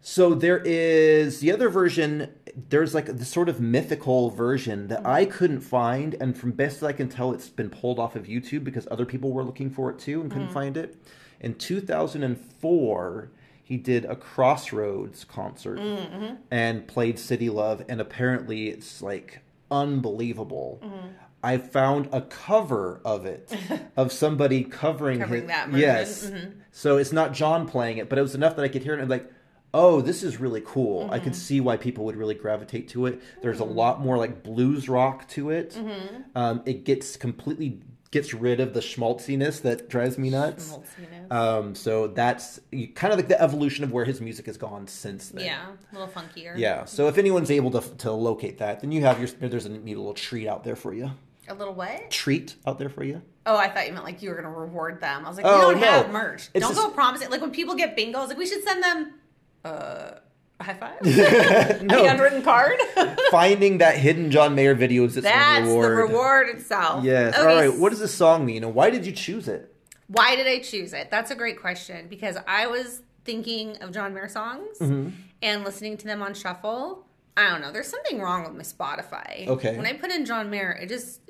[SPEAKER 2] so there is the other version there's like the sort of mythical version that
[SPEAKER 1] Mm-hmm.
[SPEAKER 2] i couldn't find and from best that i can tell it's been pulled off of youtube because other people were looking for it too and
[SPEAKER 1] Mm.
[SPEAKER 2] couldn't find it in 2004 he did a crossroads concert
[SPEAKER 1] Mm-hmm.
[SPEAKER 2] and played city love and apparently it's like unbelievable
[SPEAKER 1] Mm-hmm.
[SPEAKER 2] i found a cover of it of somebody covering,
[SPEAKER 1] Covering
[SPEAKER 2] his,
[SPEAKER 1] that version.
[SPEAKER 2] yes
[SPEAKER 1] Mm-hmm.
[SPEAKER 2] so it's not john playing it but it was enough that i could hear it and I'm like oh this is really cool i
[SPEAKER 1] Mm-hmm.
[SPEAKER 2] could see why people would really gravitate to it there's a lot more like blues rock to it
[SPEAKER 1] Mm-hmm.
[SPEAKER 2] um, it gets completely gets rid of the schmaltziness that drives me nuts
[SPEAKER 1] Schmaltziness.
[SPEAKER 2] um, so that's kind of like the evolution of where his music has gone since then.
[SPEAKER 1] Yeah, a little funkier.
[SPEAKER 2] Yeah. So if anyone's able to to locate that, then you have your there's a neat little treat out there for you.
[SPEAKER 1] A little what?
[SPEAKER 2] Treat out there for you.
[SPEAKER 1] Oh, I thought you meant like you were gonna reward them. I was like,
[SPEAKER 2] Oh,
[SPEAKER 1] we don't
[SPEAKER 2] no.
[SPEAKER 1] have merch.
[SPEAKER 2] It's
[SPEAKER 1] don't
[SPEAKER 2] just-
[SPEAKER 1] go promise it. Like when people get bingo, I was like, we should send them uh, a high five, the
[SPEAKER 2] no,
[SPEAKER 1] unwritten card.
[SPEAKER 2] finding that hidden John Mayer video is its own
[SPEAKER 1] That's
[SPEAKER 2] reward.
[SPEAKER 1] the reward itself.
[SPEAKER 2] Yes.
[SPEAKER 1] Okay,
[SPEAKER 2] All right. What does this song mean, and why did you choose it?
[SPEAKER 1] why did I choose it? That's a great question because I was thinking of John Mayer songs
[SPEAKER 2] Mm-hmm.
[SPEAKER 1] and listening to them on shuffle. I don't know. There's something wrong with my Spotify.
[SPEAKER 2] Okay.
[SPEAKER 1] When I put in John Mayer, it just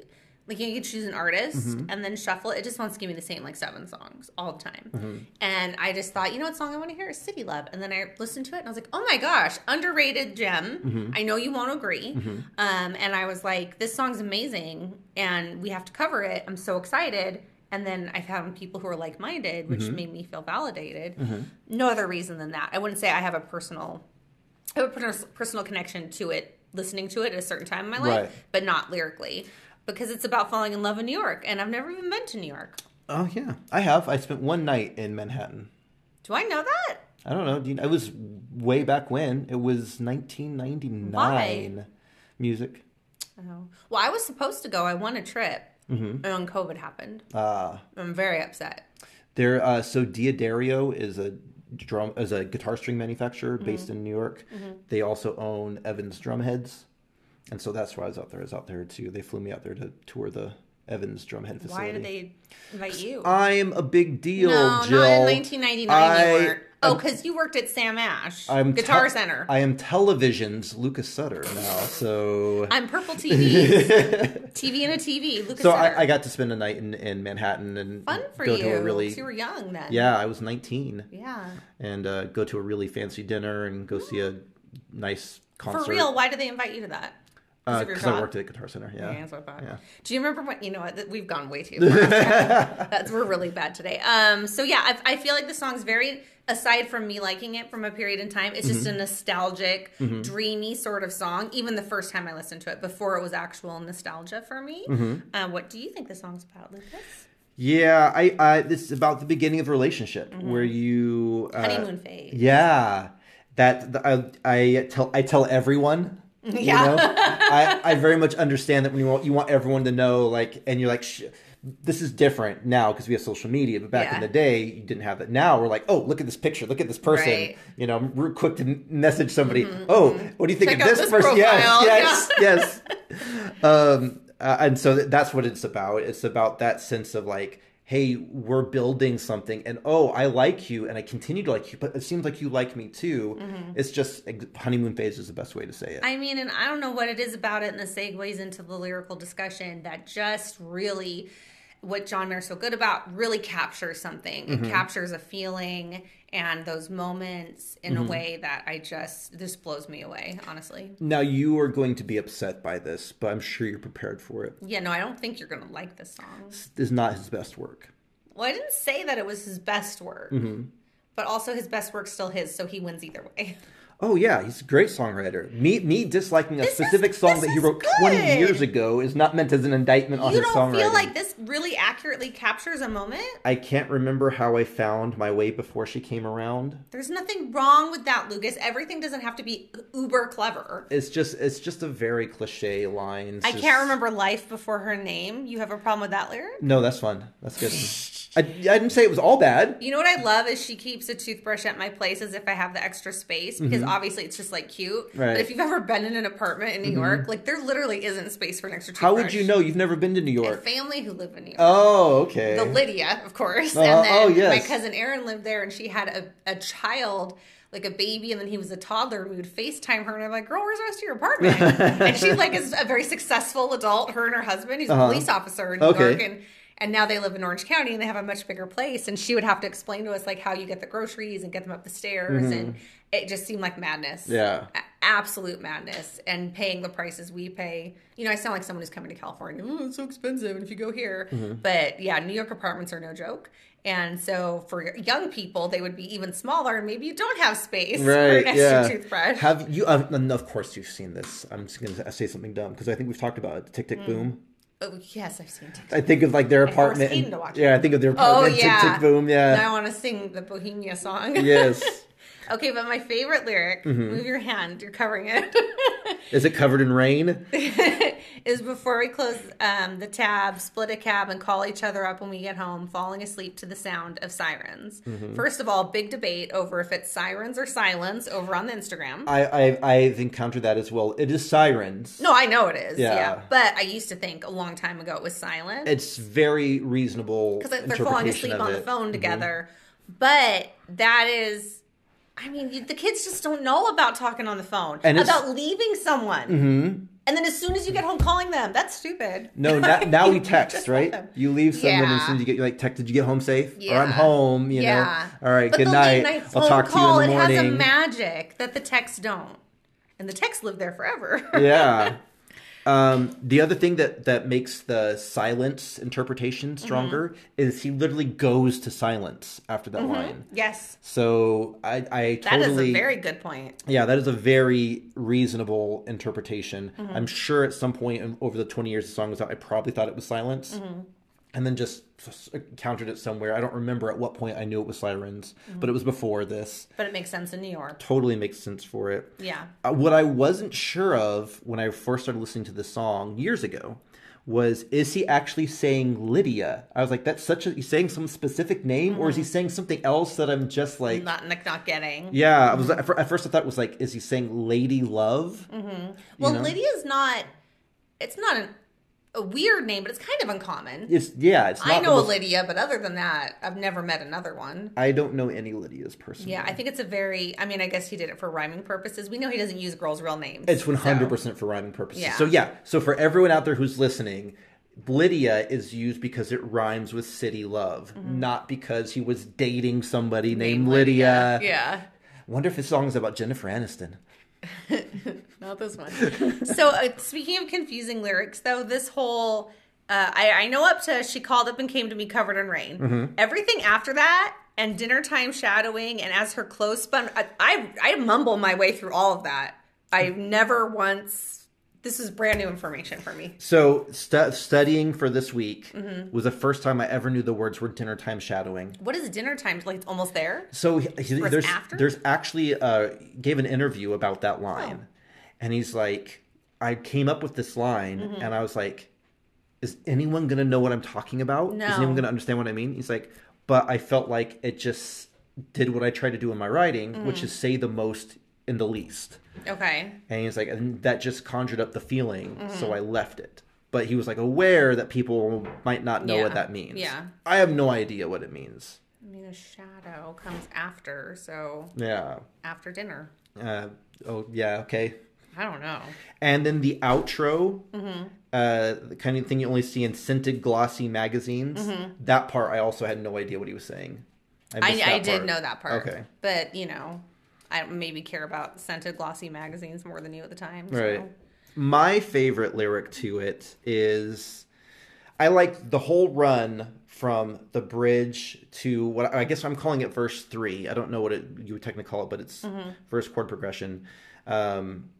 [SPEAKER 1] like you could choose an artist and then shuffle it. It just wants to give me the same like seven songs all the time. And I just thought, you know what song I want to hear is City Love. And then I listened to it and I was like, oh my gosh, underrated gem. I know you won't agree. Um, and I was like, this song's amazing and we have to cover it. I'm so excited. And then I found people who are like minded, which made me feel validated. No other reason than that. I wouldn't say I have a personal I have a pers- personal connection to it, listening to it at a certain time in my life,
[SPEAKER 2] Right.
[SPEAKER 1] but not lyrically, because it's about falling in love in New York, and I've never even been to New York.
[SPEAKER 2] Oh yeah, I have. I spent one night in Manhattan.
[SPEAKER 1] Do I know that?
[SPEAKER 2] I don't know. Do you, it was way back when. It was 1999.
[SPEAKER 1] Why?
[SPEAKER 2] Music.
[SPEAKER 1] Oh. Well, I was supposed to go. I won a trip,
[SPEAKER 2] Mm-hmm.
[SPEAKER 1] and then COVID happened.
[SPEAKER 2] Uh,
[SPEAKER 1] I'm very upset.
[SPEAKER 2] there. Uh, so Diodario is a drum is a guitar string manufacturer
[SPEAKER 1] Mm-hmm.
[SPEAKER 2] based in New York. They also own Evans Drumheads, and so that's why I was out there. I was out there too. They flew me out there to tour the Evans Drumhead facility.
[SPEAKER 1] Why did they invite you?
[SPEAKER 2] I'm a big deal,
[SPEAKER 1] no,
[SPEAKER 2] Jill.
[SPEAKER 1] not in 1999.
[SPEAKER 2] I-
[SPEAKER 1] you weren't. Oh, because you worked at Sam Ash
[SPEAKER 2] I'm te-
[SPEAKER 1] Guitar Center.
[SPEAKER 2] I am television's Lucas Sutter now, so
[SPEAKER 1] I'm Purple TV. TV and a TV. Lucas
[SPEAKER 2] so
[SPEAKER 1] Center.
[SPEAKER 2] I, I got to spend a night in, in Manhattan and
[SPEAKER 1] Fun for
[SPEAKER 2] go
[SPEAKER 1] you.
[SPEAKER 2] to a
[SPEAKER 1] 'cause
[SPEAKER 2] really
[SPEAKER 1] you were young then.
[SPEAKER 2] yeah, I was 19
[SPEAKER 1] Yeah.
[SPEAKER 2] and uh, go to a really fancy dinner and go see a nice concert
[SPEAKER 1] For real, why did they invite you to that? Because of your
[SPEAKER 2] Uh, because I
[SPEAKER 1] job?
[SPEAKER 2] worked at Guitar Center.
[SPEAKER 1] Yeah,
[SPEAKER 2] Yeah,
[SPEAKER 1] that's what I thought.
[SPEAKER 2] Yeah.
[SPEAKER 1] Do you remember what? You know what? th- We've gone way too far. That's, we're really bad today. Um, so yeah, I, I feel like the song's very, aside from me liking it from a period in time, it's just
[SPEAKER 2] Mm-hmm.
[SPEAKER 1] a nostalgic, dreamy sort of song. Even the first time I listened to it, before it was actual nostalgia for me.
[SPEAKER 2] Mm-hmm.
[SPEAKER 1] Uh, what do you think the song's about, Lucas?
[SPEAKER 2] yeah. I, I this is about the beginning of a relationship where you uh,
[SPEAKER 1] Mm-hmm. Honeymoon phase.
[SPEAKER 2] Yeah, that th- I, I tell I tell everyone.
[SPEAKER 1] Yeah.
[SPEAKER 2] you know? I, I very much understand that when you want you want everyone to know, like, and you're like, Sh- this is different now because we have social media. But back in
[SPEAKER 1] Yeah.
[SPEAKER 2] the day, you didn't have that. Now we're like, oh, look at this picture, look at this person.
[SPEAKER 1] Right. Mm-hmm,
[SPEAKER 2] You know, I'm real quick to m- message somebody. Oh, what do you think
[SPEAKER 1] Check
[SPEAKER 2] of
[SPEAKER 1] out
[SPEAKER 2] this,
[SPEAKER 1] this
[SPEAKER 2] person?
[SPEAKER 1] profile.
[SPEAKER 2] Yes, yes, yes. um, uh, and so th- that's what it's about. It's about that sense of like. Hey, we're building something, and oh, I like you, and I continue to like you, but it seems like you like me too. It's just ex- honeymoon phase is the best way to say it.
[SPEAKER 1] Mm-hmm. I mean, and I don't know what it is about it and the segues into the lyrical discussion that just really what John Mayer's so good about really captures something.
[SPEAKER 2] Mm-hmm.
[SPEAKER 1] It captures a feeling and those moments in
[SPEAKER 2] Mm-hmm.
[SPEAKER 1] a way that I just this blows me away, honestly.
[SPEAKER 2] Now you are going to be upset by this, but I'm sure you're prepared for it.
[SPEAKER 1] Yeah, no, I don't think you're gonna like this song.
[SPEAKER 2] This is not his best work.
[SPEAKER 1] Well, I didn't say that it was his best work.
[SPEAKER 2] Mm-hmm.
[SPEAKER 1] But also his best work's still his, so he wins either way.
[SPEAKER 2] Oh yeah, he's a great songwriter. Me me disliking a
[SPEAKER 1] is-
[SPEAKER 2] specific song
[SPEAKER 1] this
[SPEAKER 2] that he
[SPEAKER 1] is
[SPEAKER 2] wrote 20
[SPEAKER 1] good.
[SPEAKER 2] years ago is not meant as an indictment on
[SPEAKER 1] You
[SPEAKER 2] his
[SPEAKER 1] don't
[SPEAKER 2] songwriting.
[SPEAKER 1] feel like this really accurately captures a moment?
[SPEAKER 2] I can't remember how I found my way before she came around.
[SPEAKER 1] There's nothing wrong with that, Lucas. Everything doesn't have to be uber clever.
[SPEAKER 2] It's just it's just a very cliche line. It's
[SPEAKER 1] I
[SPEAKER 2] just-
[SPEAKER 1] can't remember life before her name. You have a problem with that lyric?
[SPEAKER 2] No, that's fun. That's good. I, I didn't say it was all bad.
[SPEAKER 1] You know what I love is she keeps a toothbrush at my place as if I have the extra space because obviously it's just like cute.
[SPEAKER 2] Mm-hmm. Right. Mm-hmm.
[SPEAKER 1] But if you've ever been in an apartment in New York, like there literally isn't space for an extra toothbrush.
[SPEAKER 2] How would you know? You've never been to New
[SPEAKER 1] My
[SPEAKER 2] York.
[SPEAKER 1] family who live in New York.
[SPEAKER 2] Oh, okay.
[SPEAKER 1] the Lydia, of course.
[SPEAKER 2] Uh,
[SPEAKER 1] and then
[SPEAKER 2] oh, yes.
[SPEAKER 1] my cousin Erin lived there and she had a, a child, like a baby, and then he was a toddler. And we would FaceTime her and I'm like, girl, where's the rest of your apartment? and she like is a very successful adult, her and her husband. He's a police officer in New
[SPEAKER 2] Uh-huh. Okay.
[SPEAKER 1] York and and now they live in Orange County and they have a much bigger place. And she would have to explain to us like how you get the groceries and get them up the stairs. And it just seemed like madness.
[SPEAKER 2] Mm-hmm. Yeah.
[SPEAKER 1] A- absolute madness and paying the prices we pay. You know, I sound like someone who's coming to California. Oh, it's so expensive. And if you go here,
[SPEAKER 2] Mm-hmm.
[SPEAKER 1] but yeah, New York apartments are no joke. And so for young people, they would be even smaller, and maybe you don't have space for an
[SPEAKER 2] right
[SPEAKER 1] extra
[SPEAKER 2] yeah
[SPEAKER 1] toothbrush.
[SPEAKER 2] have you uh, and of course you've seen this i'm just gonna say something dumb because i think we've talked about it tick tick boom
[SPEAKER 1] oh, yes, I've seen TikTok.
[SPEAKER 2] i think of like their
[SPEAKER 1] forced
[SPEAKER 2] apartment
[SPEAKER 1] Hayden
[SPEAKER 2] and-
[SPEAKER 1] to watch
[SPEAKER 2] yeah i think of their
[SPEAKER 1] Oh
[SPEAKER 2] apartment
[SPEAKER 1] yeah,
[SPEAKER 2] tick tick boom yeah
[SPEAKER 1] Now I want to sing the Bohemia song.
[SPEAKER 2] yes
[SPEAKER 1] okay, but my favorite lyric,
[SPEAKER 2] Mm-hmm.
[SPEAKER 1] "Move your hand, you're covering it,"
[SPEAKER 2] is it covered in rain
[SPEAKER 1] is before we close um, the tab, split a cab, and call each other up when we get home, falling asleep to the sound of sirens.
[SPEAKER 2] Mm-hmm.
[SPEAKER 1] First of all, big debate over if it's sirens or silence over on the Instagram.
[SPEAKER 2] I, I i've encountered that as well it is sirens
[SPEAKER 1] no, I know it is.
[SPEAKER 2] Yeah.
[SPEAKER 1] Yeah. But I used to think a long time ago it was silent.
[SPEAKER 2] it's very reasonable
[SPEAKER 1] because they're falling asleep
[SPEAKER 2] interpretation of
[SPEAKER 1] on the
[SPEAKER 2] it. Mm-hmm.
[SPEAKER 1] phone together. But that is, I mean, you, the kids just don't know about talking on the phone,
[SPEAKER 2] And it's- Mm-hmm.
[SPEAKER 1] about leaving someone. And then as soon as you get home, calling them. That's stupid.
[SPEAKER 2] no now, now we
[SPEAKER 1] Just
[SPEAKER 2] text
[SPEAKER 1] let
[SPEAKER 2] right
[SPEAKER 1] them.
[SPEAKER 2] you leave someone and as
[SPEAKER 1] Yeah.
[SPEAKER 2] soon as you get you like text did you get home safe or i'm
[SPEAKER 1] Yeah.
[SPEAKER 2] home you
[SPEAKER 1] Yeah.
[SPEAKER 2] know all right
[SPEAKER 1] But
[SPEAKER 2] good
[SPEAKER 1] the
[SPEAKER 2] night
[SPEAKER 1] late-night
[SPEAKER 2] i'll
[SPEAKER 1] phone
[SPEAKER 2] talk
[SPEAKER 1] call,
[SPEAKER 2] to you in the morning
[SPEAKER 1] It has a magic that the texts don't. And the texts live there forever.
[SPEAKER 2] yeah. Um, the other thing that that makes the silence interpretation
[SPEAKER 1] Mm-hmm.
[SPEAKER 2] stronger is he literally goes to silence after that line.
[SPEAKER 1] yes.
[SPEAKER 2] So I, I
[SPEAKER 1] Mm-hmm. that is
[SPEAKER 2] totally
[SPEAKER 1] a very good point.
[SPEAKER 2] yeah that is a very reasonable interpretation. I'm sure at some point in- over the 20 years the song was out, I probably thought it was silence. and then just s- encountered it somewhere. I don't remember at what point I knew it was sirens, but it was before this.
[SPEAKER 1] But it makes sense in New York.
[SPEAKER 2] Totally makes sense for it.
[SPEAKER 1] Yeah.
[SPEAKER 2] Uh, what I wasn't sure of when I first started listening to this song years ago was is he actually saying Lydia? I was like, that's such a he's saying some specific name, or is he saying something else that I'm just like.
[SPEAKER 1] Not like not getting.
[SPEAKER 2] Yeah, I was at fir- at first I thought it was like, is he saying lady love?
[SPEAKER 1] well,
[SPEAKER 2] know?
[SPEAKER 1] Lydia's not. It's not an, a weird name, but it's kind of uncommon.
[SPEAKER 2] It's yeah, it's not.
[SPEAKER 1] I
[SPEAKER 2] the
[SPEAKER 1] know a
[SPEAKER 2] most-
[SPEAKER 1] Lydia, but other than that, I've never met another one.
[SPEAKER 2] I don't know any Lydias personally.
[SPEAKER 1] Yeah, I think it's a very. I mean, I guess he did it for rhyming purposes. We know he doesn't use girls' real names.
[SPEAKER 2] It's one hundred
[SPEAKER 1] so-
[SPEAKER 2] percent for rhyming purposes.
[SPEAKER 1] Yeah.
[SPEAKER 2] So yeah, so for everyone out there who's listening, Lydia is used because it rhymes with city love,
[SPEAKER 1] Mm-hmm.
[SPEAKER 2] not because he was dating somebody named Lydia.
[SPEAKER 1] Yeah.
[SPEAKER 2] Wonder if his song is about Jennifer Aniston.
[SPEAKER 1] Not this one. so, uh, speaking of confusing lyrics, though, this whole uh, I, I know up to she called up and came to me covered in rain. Everything after that and dinner time shadowing and as her clothes spun, I, I I mumble my way through all of that. I never once. This is brand new information for me.
[SPEAKER 2] So stu- studying for this week
[SPEAKER 1] Mm-hmm.
[SPEAKER 2] was the first time I ever knew the words were dinner time shadowing.
[SPEAKER 1] What is dinner time? Like it's almost there.
[SPEAKER 2] So he, he-
[SPEAKER 1] it's
[SPEAKER 2] there's
[SPEAKER 1] after? Oh.
[SPEAKER 2] there's actually uh, gave an interview about that line, and he's like, I came up with this line,
[SPEAKER 1] Mm-hmm.
[SPEAKER 2] and I was like, Is anyone gonna know what I'm talking about? Is
[SPEAKER 1] No.
[SPEAKER 2] anyone gonna understand what I mean? He's like, but I felt like it just did what I tried to do in my writing, which
[SPEAKER 1] Mm.
[SPEAKER 2] is say the most in the least.
[SPEAKER 1] Okay.
[SPEAKER 2] And he's like, and that just conjured up the feeling, so
[SPEAKER 1] Mm-hmm.
[SPEAKER 2] I left it. But he was like aware that people might not know
[SPEAKER 1] Yeah.
[SPEAKER 2] what that means.
[SPEAKER 1] Yeah.
[SPEAKER 2] I have no idea what it means.
[SPEAKER 1] I mean, a shadow comes after, so
[SPEAKER 2] Yeah.
[SPEAKER 1] after dinner.
[SPEAKER 2] Uh, oh, yeah, okay.
[SPEAKER 1] I don't know.
[SPEAKER 2] And then the outro,
[SPEAKER 1] Mm-hmm.
[SPEAKER 2] uh, the kind of thing you only see in scented glossy magazines. That part, I also had no idea what he was saying.
[SPEAKER 1] Mm-hmm. I,
[SPEAKER 2] missed
[SPEAKER 1] I
[SPEAKER 2] that
[SPEAKER 1] did
[SPEAKER 2] part.
[SPEAKER 1] know that part.
[SPEAKER 2] Okay.
[SPEAKER 1] But, you know, I don't maybe care about scented glossy magazines more than you at the time. so.
[SPEAKER 2] Right. My favorite lyric to it is I like the whole run from the bridge to what I guess I'm calling it verse three. I don't know what it, you would technically call it, but it's
[SPEAKER 1] Mm-hmm.
[SPEAKER 2] verse chord progression. Um,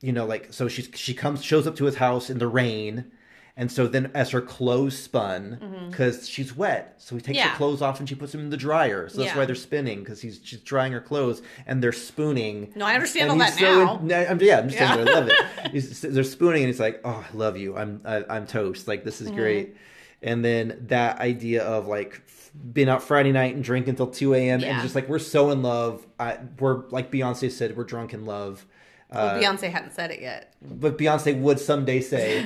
[SPEAKER 2] you know, like so she's she comes shows up to his house in the rain, and so then as her clothes spun because she's wet, so he takes
[SPEAKER 1] Mm-hmm. Yeah.
[SPEAKER 2] her clothes off and she puts them in the dryer. So that's
[SPEAKER 1] Yeah.
[SPEAKER 2] why they're spinning because he's she's drying her clothes and they're spooning.
[SPEAKER 1] No, I understand
[SPEAKER 2] And
[SPEAKER 1] all
[SPEAKER 2] he's
[SPEAKER 1] that
[SPEAKER 2] so
[SPEAKER 1] now.
[SPEAKER 2] in- no, I'm, yeah, I'm just saying
[SPEAKER 1] Yeah.
[SPEAKER 2] that I love it. He's, they're spooning, and he's like, "Oh, I love you. I'm I, I'm toast. Like this is
[SPEAKER 1] Mm-hmm.
[SPEAKER 2] great." And then that idea of like f- being out Friday night and drinking until two a.m. and
[SPEAKER 1] Yeah.
[SPEAKER 2] just like we're so in love. I, we're like Beyonce said, we're drunk in love.
[SPEAKER 1] Well,
[SPEAKER 2] Uh,
[SPEAKER 1] Beyonce hadn't said it yet.
[SPEAKER 2] but Beyonce would someday say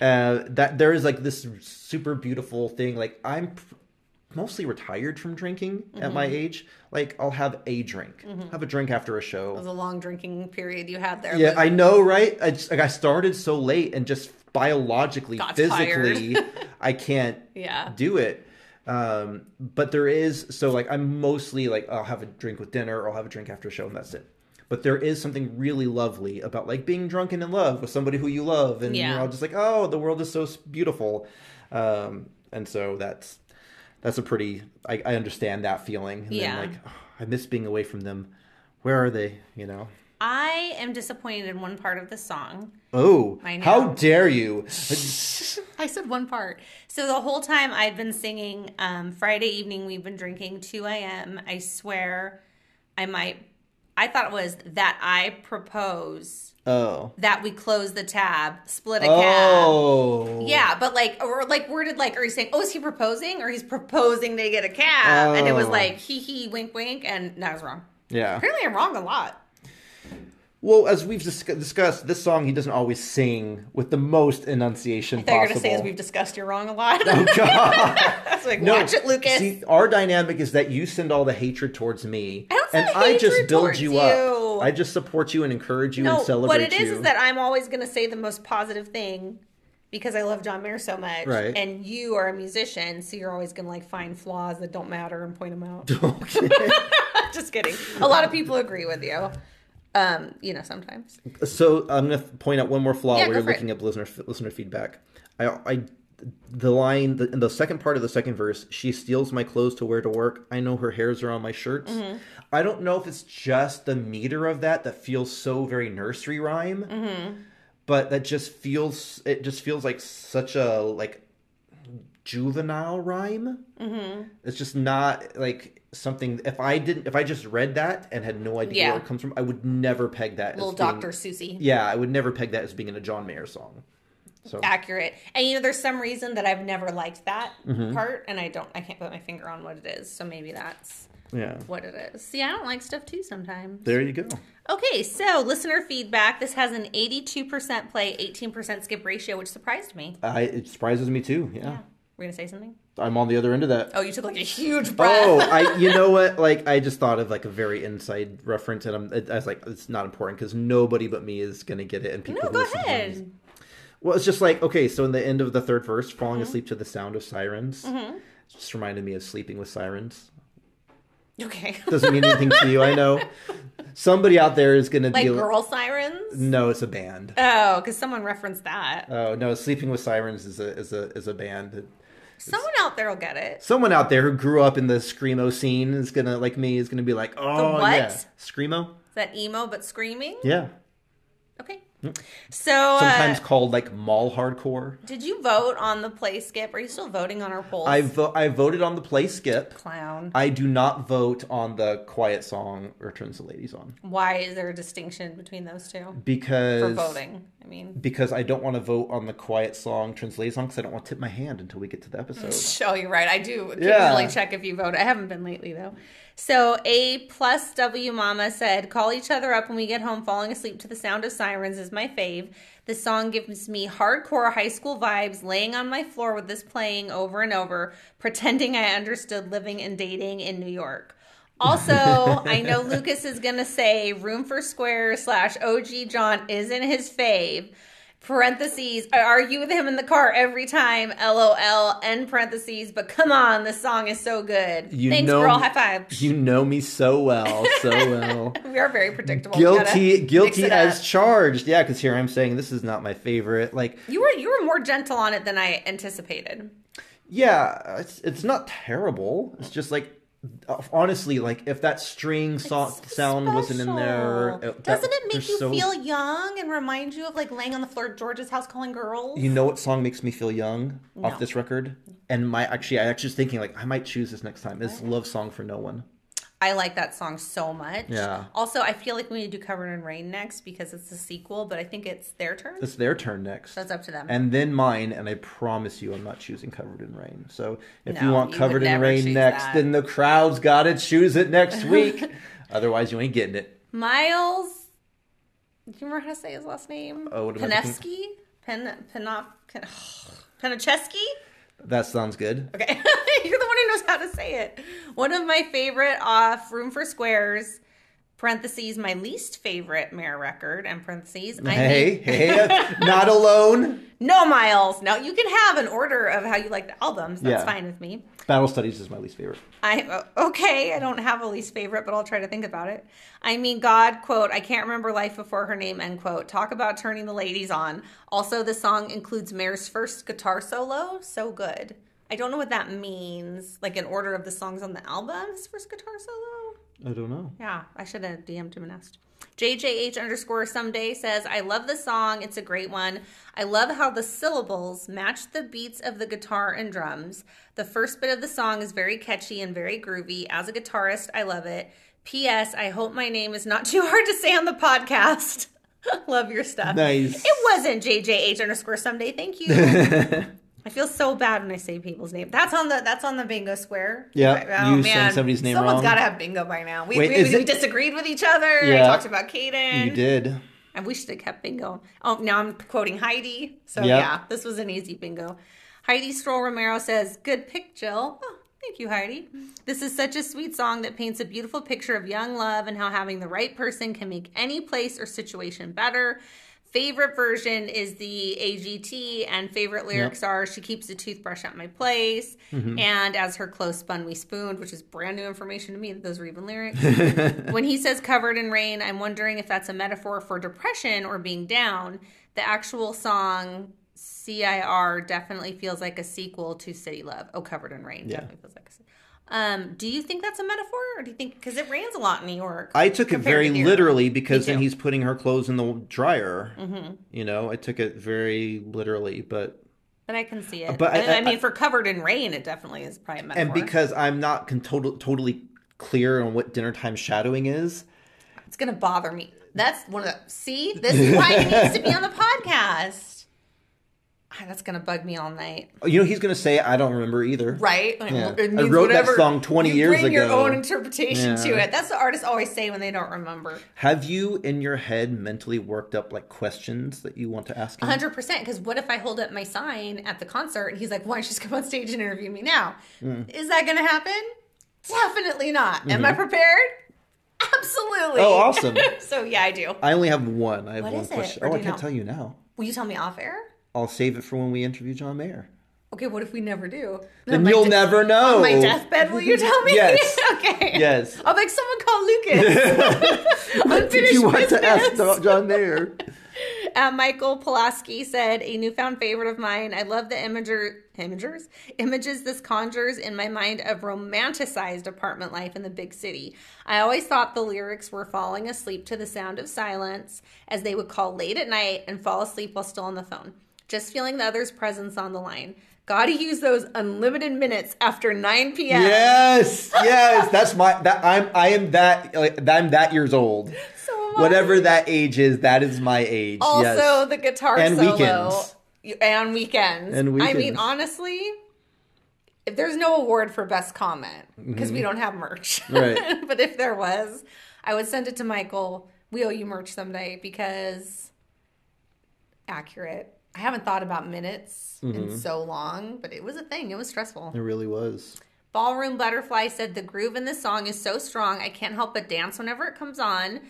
[SPEAKER 2] uh, that there is like this super beautiful thing. Like I'm p- mostly retired from drinking at
[SPEAKER 1] Mm-hmm.
[SPEAKER 2] my age. Like I'll have a drink, have a drink after a show.
[SPEAKER 1] It was a long drinking period you had there.
[SPEAKER 2] Yeah,
[SPEAKER 1] Liz.
[SPEAKER 2] I know, right? I just, like I started so late and just biologically,
[SPEAKER 1] Got
[SPEAKER 2] physically, I can't
[SPEAKER 1] Yeah.
[SPEAKER 2] do it. Um, but there is so like I'm mostly like I'll have a drink with dinner, or I'll have a drink after a show, and that's it. But there is something really lovely about like being drunk and in love with somebody who you love, and
[SPEAKER 1] Yeah.
[SPEAKER 2] you're all just like, oh, the world is so s- beautiful. Um, and so that's that's a pretty I, I understand that feeling. And
[SPEAKER 1] Yeah.
[SPEAKER 2] then like oh, I miss being away from them. Where are they? You know.
[SPEAKER 1] I am disappointed in one part of the song.
[SPEAKER 2] Oh,
[SPEAKER 1] I know.
[SPEAKER 2] how dare you!
[SPEAKER 1] I said one part. So the whole time I've been singing um, Friday evening, we've been drinking 2 a.m. I swear I might. I thought it was that I propose
[SPEAKER 2] Oh,
[SPEAKER 1] that we close the tab, split a cab.
[SPEAKER 2] oh,
[SPEAKER 1] Yeah, but like, or like worded like, are you saying, oh, is he proposing? Or he's proposing they get a cab? And it was
[SPEAKER 2] Oh.
[SPEAKER 1] like, hee hee, wink, wink. And that was wrong.
[SPEAKER 2] yeah.
[SPEAKER 1] Apparently, I'm wrong a lot.
[SPEAKER 2] Well, as we've dis- discussed, this song he doesn't always sing with the most enunciation
[SPEAKER 1] They're going to
[SPEAKER 2] possible.
[SPEAKER 1] say, as we've discussed, you're wrong a lot.
[SPEAKER 2] God.
[SPEAKER 1] That's like,
[SPEAKER 2] No,
[SPEAKER 1] watch it, Lucas.
[SPEAKER 2] See, our dynamic is that you send all the hatred towards me,
[SPEAKER 1] I don't
[SPEAKER 2] and
[SPEAKER 1] send
[SPEAKER 2] I just
[SPEAKER 1] hatred
[SPEAKER 2] build
[SPEAKER 1] towards
[SPEAKER 2] you,
[SPEAKER 1] you.
[SPEAKER 2] up. I just support you and encourage you
[SPEAKER 1] no,
[SPEAKER 2] and
[SPEAKER 1] what
[SPEAKER 2] celebrate
[SPEAKER 1] it
[SPEAKER 2] you.
[SPEAKER 1] is is that I'm always going to say the most positive thing because I love John Mayer so much.
[SPEAKER 2] Right.
[SPEAKER 1] And you are a musician, so you're always going to like find flaws that don't matter and point them out. Just kidding. A lot of people agree with you. Um, you know, sometimes.
[SPEAKER 2] So I'm going to point out one more flaw
[SPEAKER 1] Yeah, go
[SPEAKER 2] where you're
[SPEAKER 1] for it.
[SPEAKER 2] looking up listener listener feedback. I, I the line the, in the second part of the second verse, she steals my clothes to wear to work. I know her hairs are on my shirts.
[SPEAKER 1] Mm-hmm.
[SPEAKER 2] I don't know if it's just the meter of that that feels so very nursery
[SPEAKER 1] Mm-hmm.
[SPEAKER 2] rhyme, but that just feels it just feels like such a like juvenile rhyme.
[SPEAKER 1] Mm-hmm.
[SPEAKER 2] It's just not like something. If I didn't, if I just read that and had no idea
[SPEAKER 1] Yeah.
[SPEAKER 2] where it comes from, I would never peg that.
[SPEAKER 1] Little
[SPEAKER 2] as being-
[SPEAKER 1] Dr. Susie.
[SPEAKER 2] Yeah, I would never peg that as being in a John Mayer song. So
[SPEAKER 1] Accurate. And you know, there's some reason that I've never liked that
[SPEAKER 2] Mm-hmm.
[SPEAKER 1] part, and I don't, I can't put my finger on what it is. So maybe that's
[SPEAKER 2] yeah,
[SPEAKER 1] what it is. See, I don't like stuff too sometimes.
[SPEAKER 2] there you go.
[SPEAKER 1] Okay, so listener feedback. This has an 82% play, 18% skip ratio, which surprised me.
[SPEAKER 2] I, it surprises me too. Yeah.
[SPEAKER 1] We're gonna say something.
[SPEAKER 2] I'm on the other end of that.
[SPEAKER 1] Oh, you took like a huge breath.
[SPEAKER 2] Oh, I you know what? Like I just thought of like a very inside reference, and I'm I was like, it's not important because nobody but me is gonna get it, and people.
[SPEAKER 1] no,
[SPEAKER 2] who
[SPEAKER 1] go
[SPEAKER 2] listen to me is-
[SPEAKER 1] ahead.
[SPEAKER 2] Well, it's just like okay, so in the end of the third verse, falling
[SPEAKER 1] Mm-hmm.
[SPEAKER 2] asleep to the sound of sirens, it's just reminded me of sleeping with sirens.
[SPEAKER 1] Okay.
[SPEAKER 2] Doesn't mean anything to you, I know. Somebody out there is gonna
[SPEAKER 1] like
[SPEAKER 2] deal.
[SPEAKER 1] girl sirens.
[SPEAKER 2] No, it's a band.
[SPEAKER 1] Oh, because someone referenced that.
[SPEAKER 2] Oh no, sleeping with sirens is a is a is a band.
[SPEAKER 1] someone out there will get it.
[SPEAKER 2] Someone out there who grew up in the screamo scene is gonna like me is gonna be like, oh
[SPEAKER 1] what?
[SPEAKER 2] yeah, screamo.
[SPEAKER 1] Is that emo but screaming?
[SPEAKER 2] Yeah. Mm.
[SPEAKER 1] Okay. So uh,
[SPEAKER 2] sometimes called like mall hardcore.
[SPEAKER 1] did you vote on the play skip? Are you still voting on our polls?
[SPEAKER 2] I vo- I voted on the play skip.
[SPEAKER 1] clown.
[SPEAKER 2] I do not vote on the quiet song or turns the ladies on
[SPEAKER 1] Why is there a distinction between those two
[SPEAKER 2] because
[SPEAKER 1] for voting? I mean,
[SPEAKER 2] because I don't want to vote on the quiet song turns the ladies on because I don't want to tip my hand until we get to the episode.
[SPEAKER 1] oh, you're right. I do occasionally
[SPEAKER 2] Yeah.
[SPEAKER 1] check if you vote. I haven't been lately though. So a plus W Mama said, "Call each other up when we get home. Falling asleep to the sound of sirens is my fave. The song gives me hardcore high school vibes. Laying on my floor with this playing over and over, pretending I understood living and dating in New York." Also, I know Lucas is gonna say room for square slash OG John isn't his fave. Parentheses, I argue with him in the car every time. LOL. End parentheses. But come on, this song is so good.
[SPEAKER 2] You
[SPEAKER 1] Thanks,
[SPEAKER 2] know,
[SPEAKER 1] girl. High five.
[SPEAKER 2] You know me so well, so well.
[SPEAKER 1] We are very predictable. We gotta
[SPEAKER 2] guilty,
[SPEAKER 1] mix
[SPEAKER 2] guilty
[SPEAKER 1] it
[SPEAKER 2] as
[SPEAKER 1] up.
[SPEAKER 2] charged. Yeah, because here I'm saying this is not my favorite. Like,
[SPEAKER 1] you were. You were more gentle on it than I anticipated.
[SPEAKER 2] yeah, it's it's not terrible. It's just like. Honestly, like if that string so- sound wasn't in there, uh,
[SPEAKER 1] Special.
[SPEAKER 2] that-
[SPEAKER 1] Doesn't it make
[SPEAKER 2] there's
[SPEAKER 1] you
[SPEAKER 2] so-
[SPEAKER 1] feel young and remind you of like laying on the floor at George's house calling girls?
[SPEAKER 2] You know what song makes me feel young
[SPEAKER 1] No.
[SPEAKER 2] off this record? And my actually, I actually was thinking like I might choose this next time. Is "Love Song for No One."
[SPEAKER 1] I like that song so much.
[SPEAKER 2] Yeah.
[SPEAKER 1] Also, I feel like we need to do Covered in Rain next because it's a sequel, but I think it's their turn.
[SPEAKER 2] It's their turn next,
[SPEAKER 1] That's up to them.
[SPEAKER 2] and then mine. And I promise you, I'm not choosing "Covered in Rain." So if you
[SPEAKER 1] No,
[SPEAKER 2] want
[SPEAKER 1] you would
[SPEAKER 2] "Covered in
[SPEAKER 1] never
[SPEAKER 2] Rain"
[SPEAKER 1] choose
[SPEAKER 2] next,
[SPEAKER 1] that.
[SPEAKER 2] then the crowd's got to choose it next week. Otherwise, you ain't getting it.
[SPEAKER 1] Miles. Do you remember how to say his last name?
[SPEAKER 2] Oh, what am I
[SPEAKER 1] Penefsky? Pen Penof Ken- Penocheski?
[SPEAKER 2] That sounds good.
[SPEAKER 1] Okay, you're the one who knows how to say it. One of my favorite off Room for Squares. Parentheses, my least favorite Mare record, and parentheses, I
[SPEAKER 2] Hey,
[SPEAKER 1] hate-
[SPEAKER 2] hey, uh, not alone.
[SPEAKER 1] no Miles. No, you can have an order of how you like the albums. That's
[SPEAKER 2] Yeah.
[SPEAKER 1] fine with me.
[SPEAKER 2] Battle Studies is my least favorite.
[SPEAKER 1] I okay, I don't have a least favorite, but I'll try to think about it. I mean, God, quote, I can't remember life before her name, end quote. Talk about turning the ladies on. Also, the song includes Mare's first guitar solo, so good. I don't know what that means, like in order of the songs on the album, his first guitar solo.
[SPEAKER 2] I don't know.
[SPEAKER 1] Yeah, I should have DM'd him and asked. JJH underscore someday says, I love the song. It's a great one. I love how the syllables match the beats of the guitar and drums. The first bit of the song is very catchy and very groovy. As a guitarist, I love it. P.S. I hope my name is not too hard to say on the podcast. love your stuff.
[SPEAKER 2] Nice.
[SPEAKER 1] It wasn't JJH underscore someday. Thank you. I feel so bad when I say people's name. That's on the that's on the bingo square.
[SPEAKER 2] Yeah,
[SPEAKER 1] Oh,
[SPEAKER 2] you saying
[SPEAKER 1] man.
[SPEAKER 2] somebody's name
[SPEAKER 1] Someone's
[SPEAKER 2] wrong.
[SPEAKER 1] gotta have bingo by now. We,
[SPEAKER 2] Wait,
[SPEAKER 1] we,
[SPEAKER 2] is
[SPEAKER 1] we
[SPEAKER 2] it-
[SPEAKER 1] disagreed with each other. I
[SPEAKER 2] Yeah.
[SPEAKER 1] talked about Caden.
[SPEAKER 2] You did.
[SPEAKER 1] I wish they kept bingo. Oh, now I'm quoting Heidi. So
[SPEAKER 2] Yep.
[SPEAKER 1] yeah, this was an easy bingo. Heidi Stroll Romero says, "Good pick, Jill." Oh, thank you, Heidi. This is such a sweet song that paints a beautiful picture of young love and how having the right person can make any place or situation better. Favorite version is the AGT, and favorite lyrics are She Keeps the Toothbrush at My Place, and As Her Clothes Spun We Spooned, which is brand new information to me that those are even lyrics when he says covered in rain, I'm wondering if that's a metaphor for depression or being down. The actual song CIR definitely feels like a sequel to City Love. Oh, covered in rain
[SPEAKER 2] Yeah.
[SPEAKER 1] definitely feels like a se- Um, do you think that's a metaphor or do you think because it rains a lot in New York?
[SPEAKER 2] I took it
[SPEAKER 1] compared to
[SPEAKER 2] very
[SPEAKER 1] here.
[SPEAKER 2] literally because then
[SPEAKER 1] too. Mm-hmm.
[SPEAKER 2] he's putting her clothes in the dryer. You know, I took it very literally, but
[SPEAKER 1] Then I can see it.
[SPEAKER 2] But
[SPEAKER 1] But
[SPEAKER 2] I-
[SPEAKER 1] I,
[SPEAKER 2] I-
[SPEAKER 1] mean, for covered in rain, it definitely is probably a metaphor.
[SPEAKER 2] and because I'm not con- total, totally clear on what dinner time shadowing is,
[SPEAKER 1] it's gonna bother me. That's one of the. See, this is why he needs to be on the podcast. Ah, That's gonna bug me all night,
[SPEAKER 2] you know, he's going to say, I don't remember either.
[SPEAKER 1] right? Like,
[SPEAKER 2] Yeah.
[SPEAKER 1] it
[SPEAKER 2] I
[SPEAKER 1] means
[SPEAKER 2] wrote that
[SPEAKER 1] whatever-
[SPEAKER 2] song 20
[SPEAKER 1] you
[SPEAKER 2] years
[SPEAKER 1] Bring your
[SPEAKER 2] ago.
[SPEAKER 1] own interpretation to
[SPEAKER 2] Yeah.
[SPEAKER 1] it. That's what artists always say when they don't remember.
[SPEAKER 2] Have you in your head mentally worked up like questions that you want to ask him?
[SPEAKER 1] hundred percent. Because what if I hold up my sign at the concert and he's like, "Why don't you just come on stage and interview me now?"
[SPEAKER 2] Mm.
[SPEAKER 1] Is that going to happen? Definitely not. Am I prepared? Absolutely.
[SPEAKER 2] Mm-hmm. Oh, awesome.
[SPEAKER 1] so yeah, I do.
[SPEAKER 2] I only have one. I have
[SPEAKER 1] What
[SPEAKER 2] one
[SPEAKER 1] is it?
[SPEAKER 2] question.
[SPEAKER 1] Or
[SPEAKER 2] Oh,
[SPEAKER 1] do
[SPEAKER 2] I
[SPEAKER 1] you
[SPEAKER 2] can't
[SPEAKER 1] know?
[SPEAKER 2] tell you now.
[SPEAKER 1] Will you tell me off air?
[SPEAKER 2] I'll save it for when we interview John Mayer.
[SPEAKER 1] Okay. What if we never do? On
[SPEAKER 2] Then
[SPEAKER 1] my
[SPEAKER 2] you'll
[SPEAKER 1] de-
[SPEAKER 2] never know.
[SPEAKER 1] On my deathbed, will you tell me?
[SPEAKER 2] Yes.
[SPEAKER 1] okay.
[SPEAKER 2] Yes.
[SPEAKER 1] I'm like, someone call Lucas.
[SPEAKER 2] Did
[SPEAKER 1] Unfinished
[SPEAKER 2] you want to ask
[SPEAKER 1] business.
[SPEAKER 2] about John Mayer?
[SPEAKER 1] Uh, Michael Pulaski said, "A newfound favorite of mine. I love the imager, imagers, images this conjures in my mind of romanticized apartment life in the big city. I always thought the lyrics were falling asleep to the sound of silence, as they would call late at night and fall asleep while still on the phone, just feeling the other's presence on the line. Gotta use those unlimited minutes after 9 p.m.
[SPEAKER 2] Yes, yes. That's my. That I'm. I am that. Like, I'm that years old.
[SPEAKER 1] So uh, am I.
[SPEAKER 2] Whatever that age is, that is my age.
[SPEAKER 1] Also,
[SPEAKER 2] yes.
[SPEAKER 1] the guitar
[SPEAKER 2] And
[SPEAKER 1] solo
[SPEAKER 2] weekends.
[SPEAKER 1] You- and weekends.
[SPEAKER 2] And
[SPEAKER 1] I mean,
[SPEAKER 2] weekends.
[SPEAKER 1] honestly, if there's no award for best comment because we don't have merch,
[SPEAKER 2] Mm-hmm. Right.
[SPEAKER 1] but if there was, I would send it to Michael. We owe you merch someday because accurate. I haven't thought about minutes
[SPEAKER 2] Mm-hmm.
[SPEAKER 1] in so long, but it was a thing. It was stressful.
[SPEAKER 2] it really was.
[SPEAKER 1] Ballroom Butterfly said the groove in this song is so strong, I can't help but dance whenever it comes on.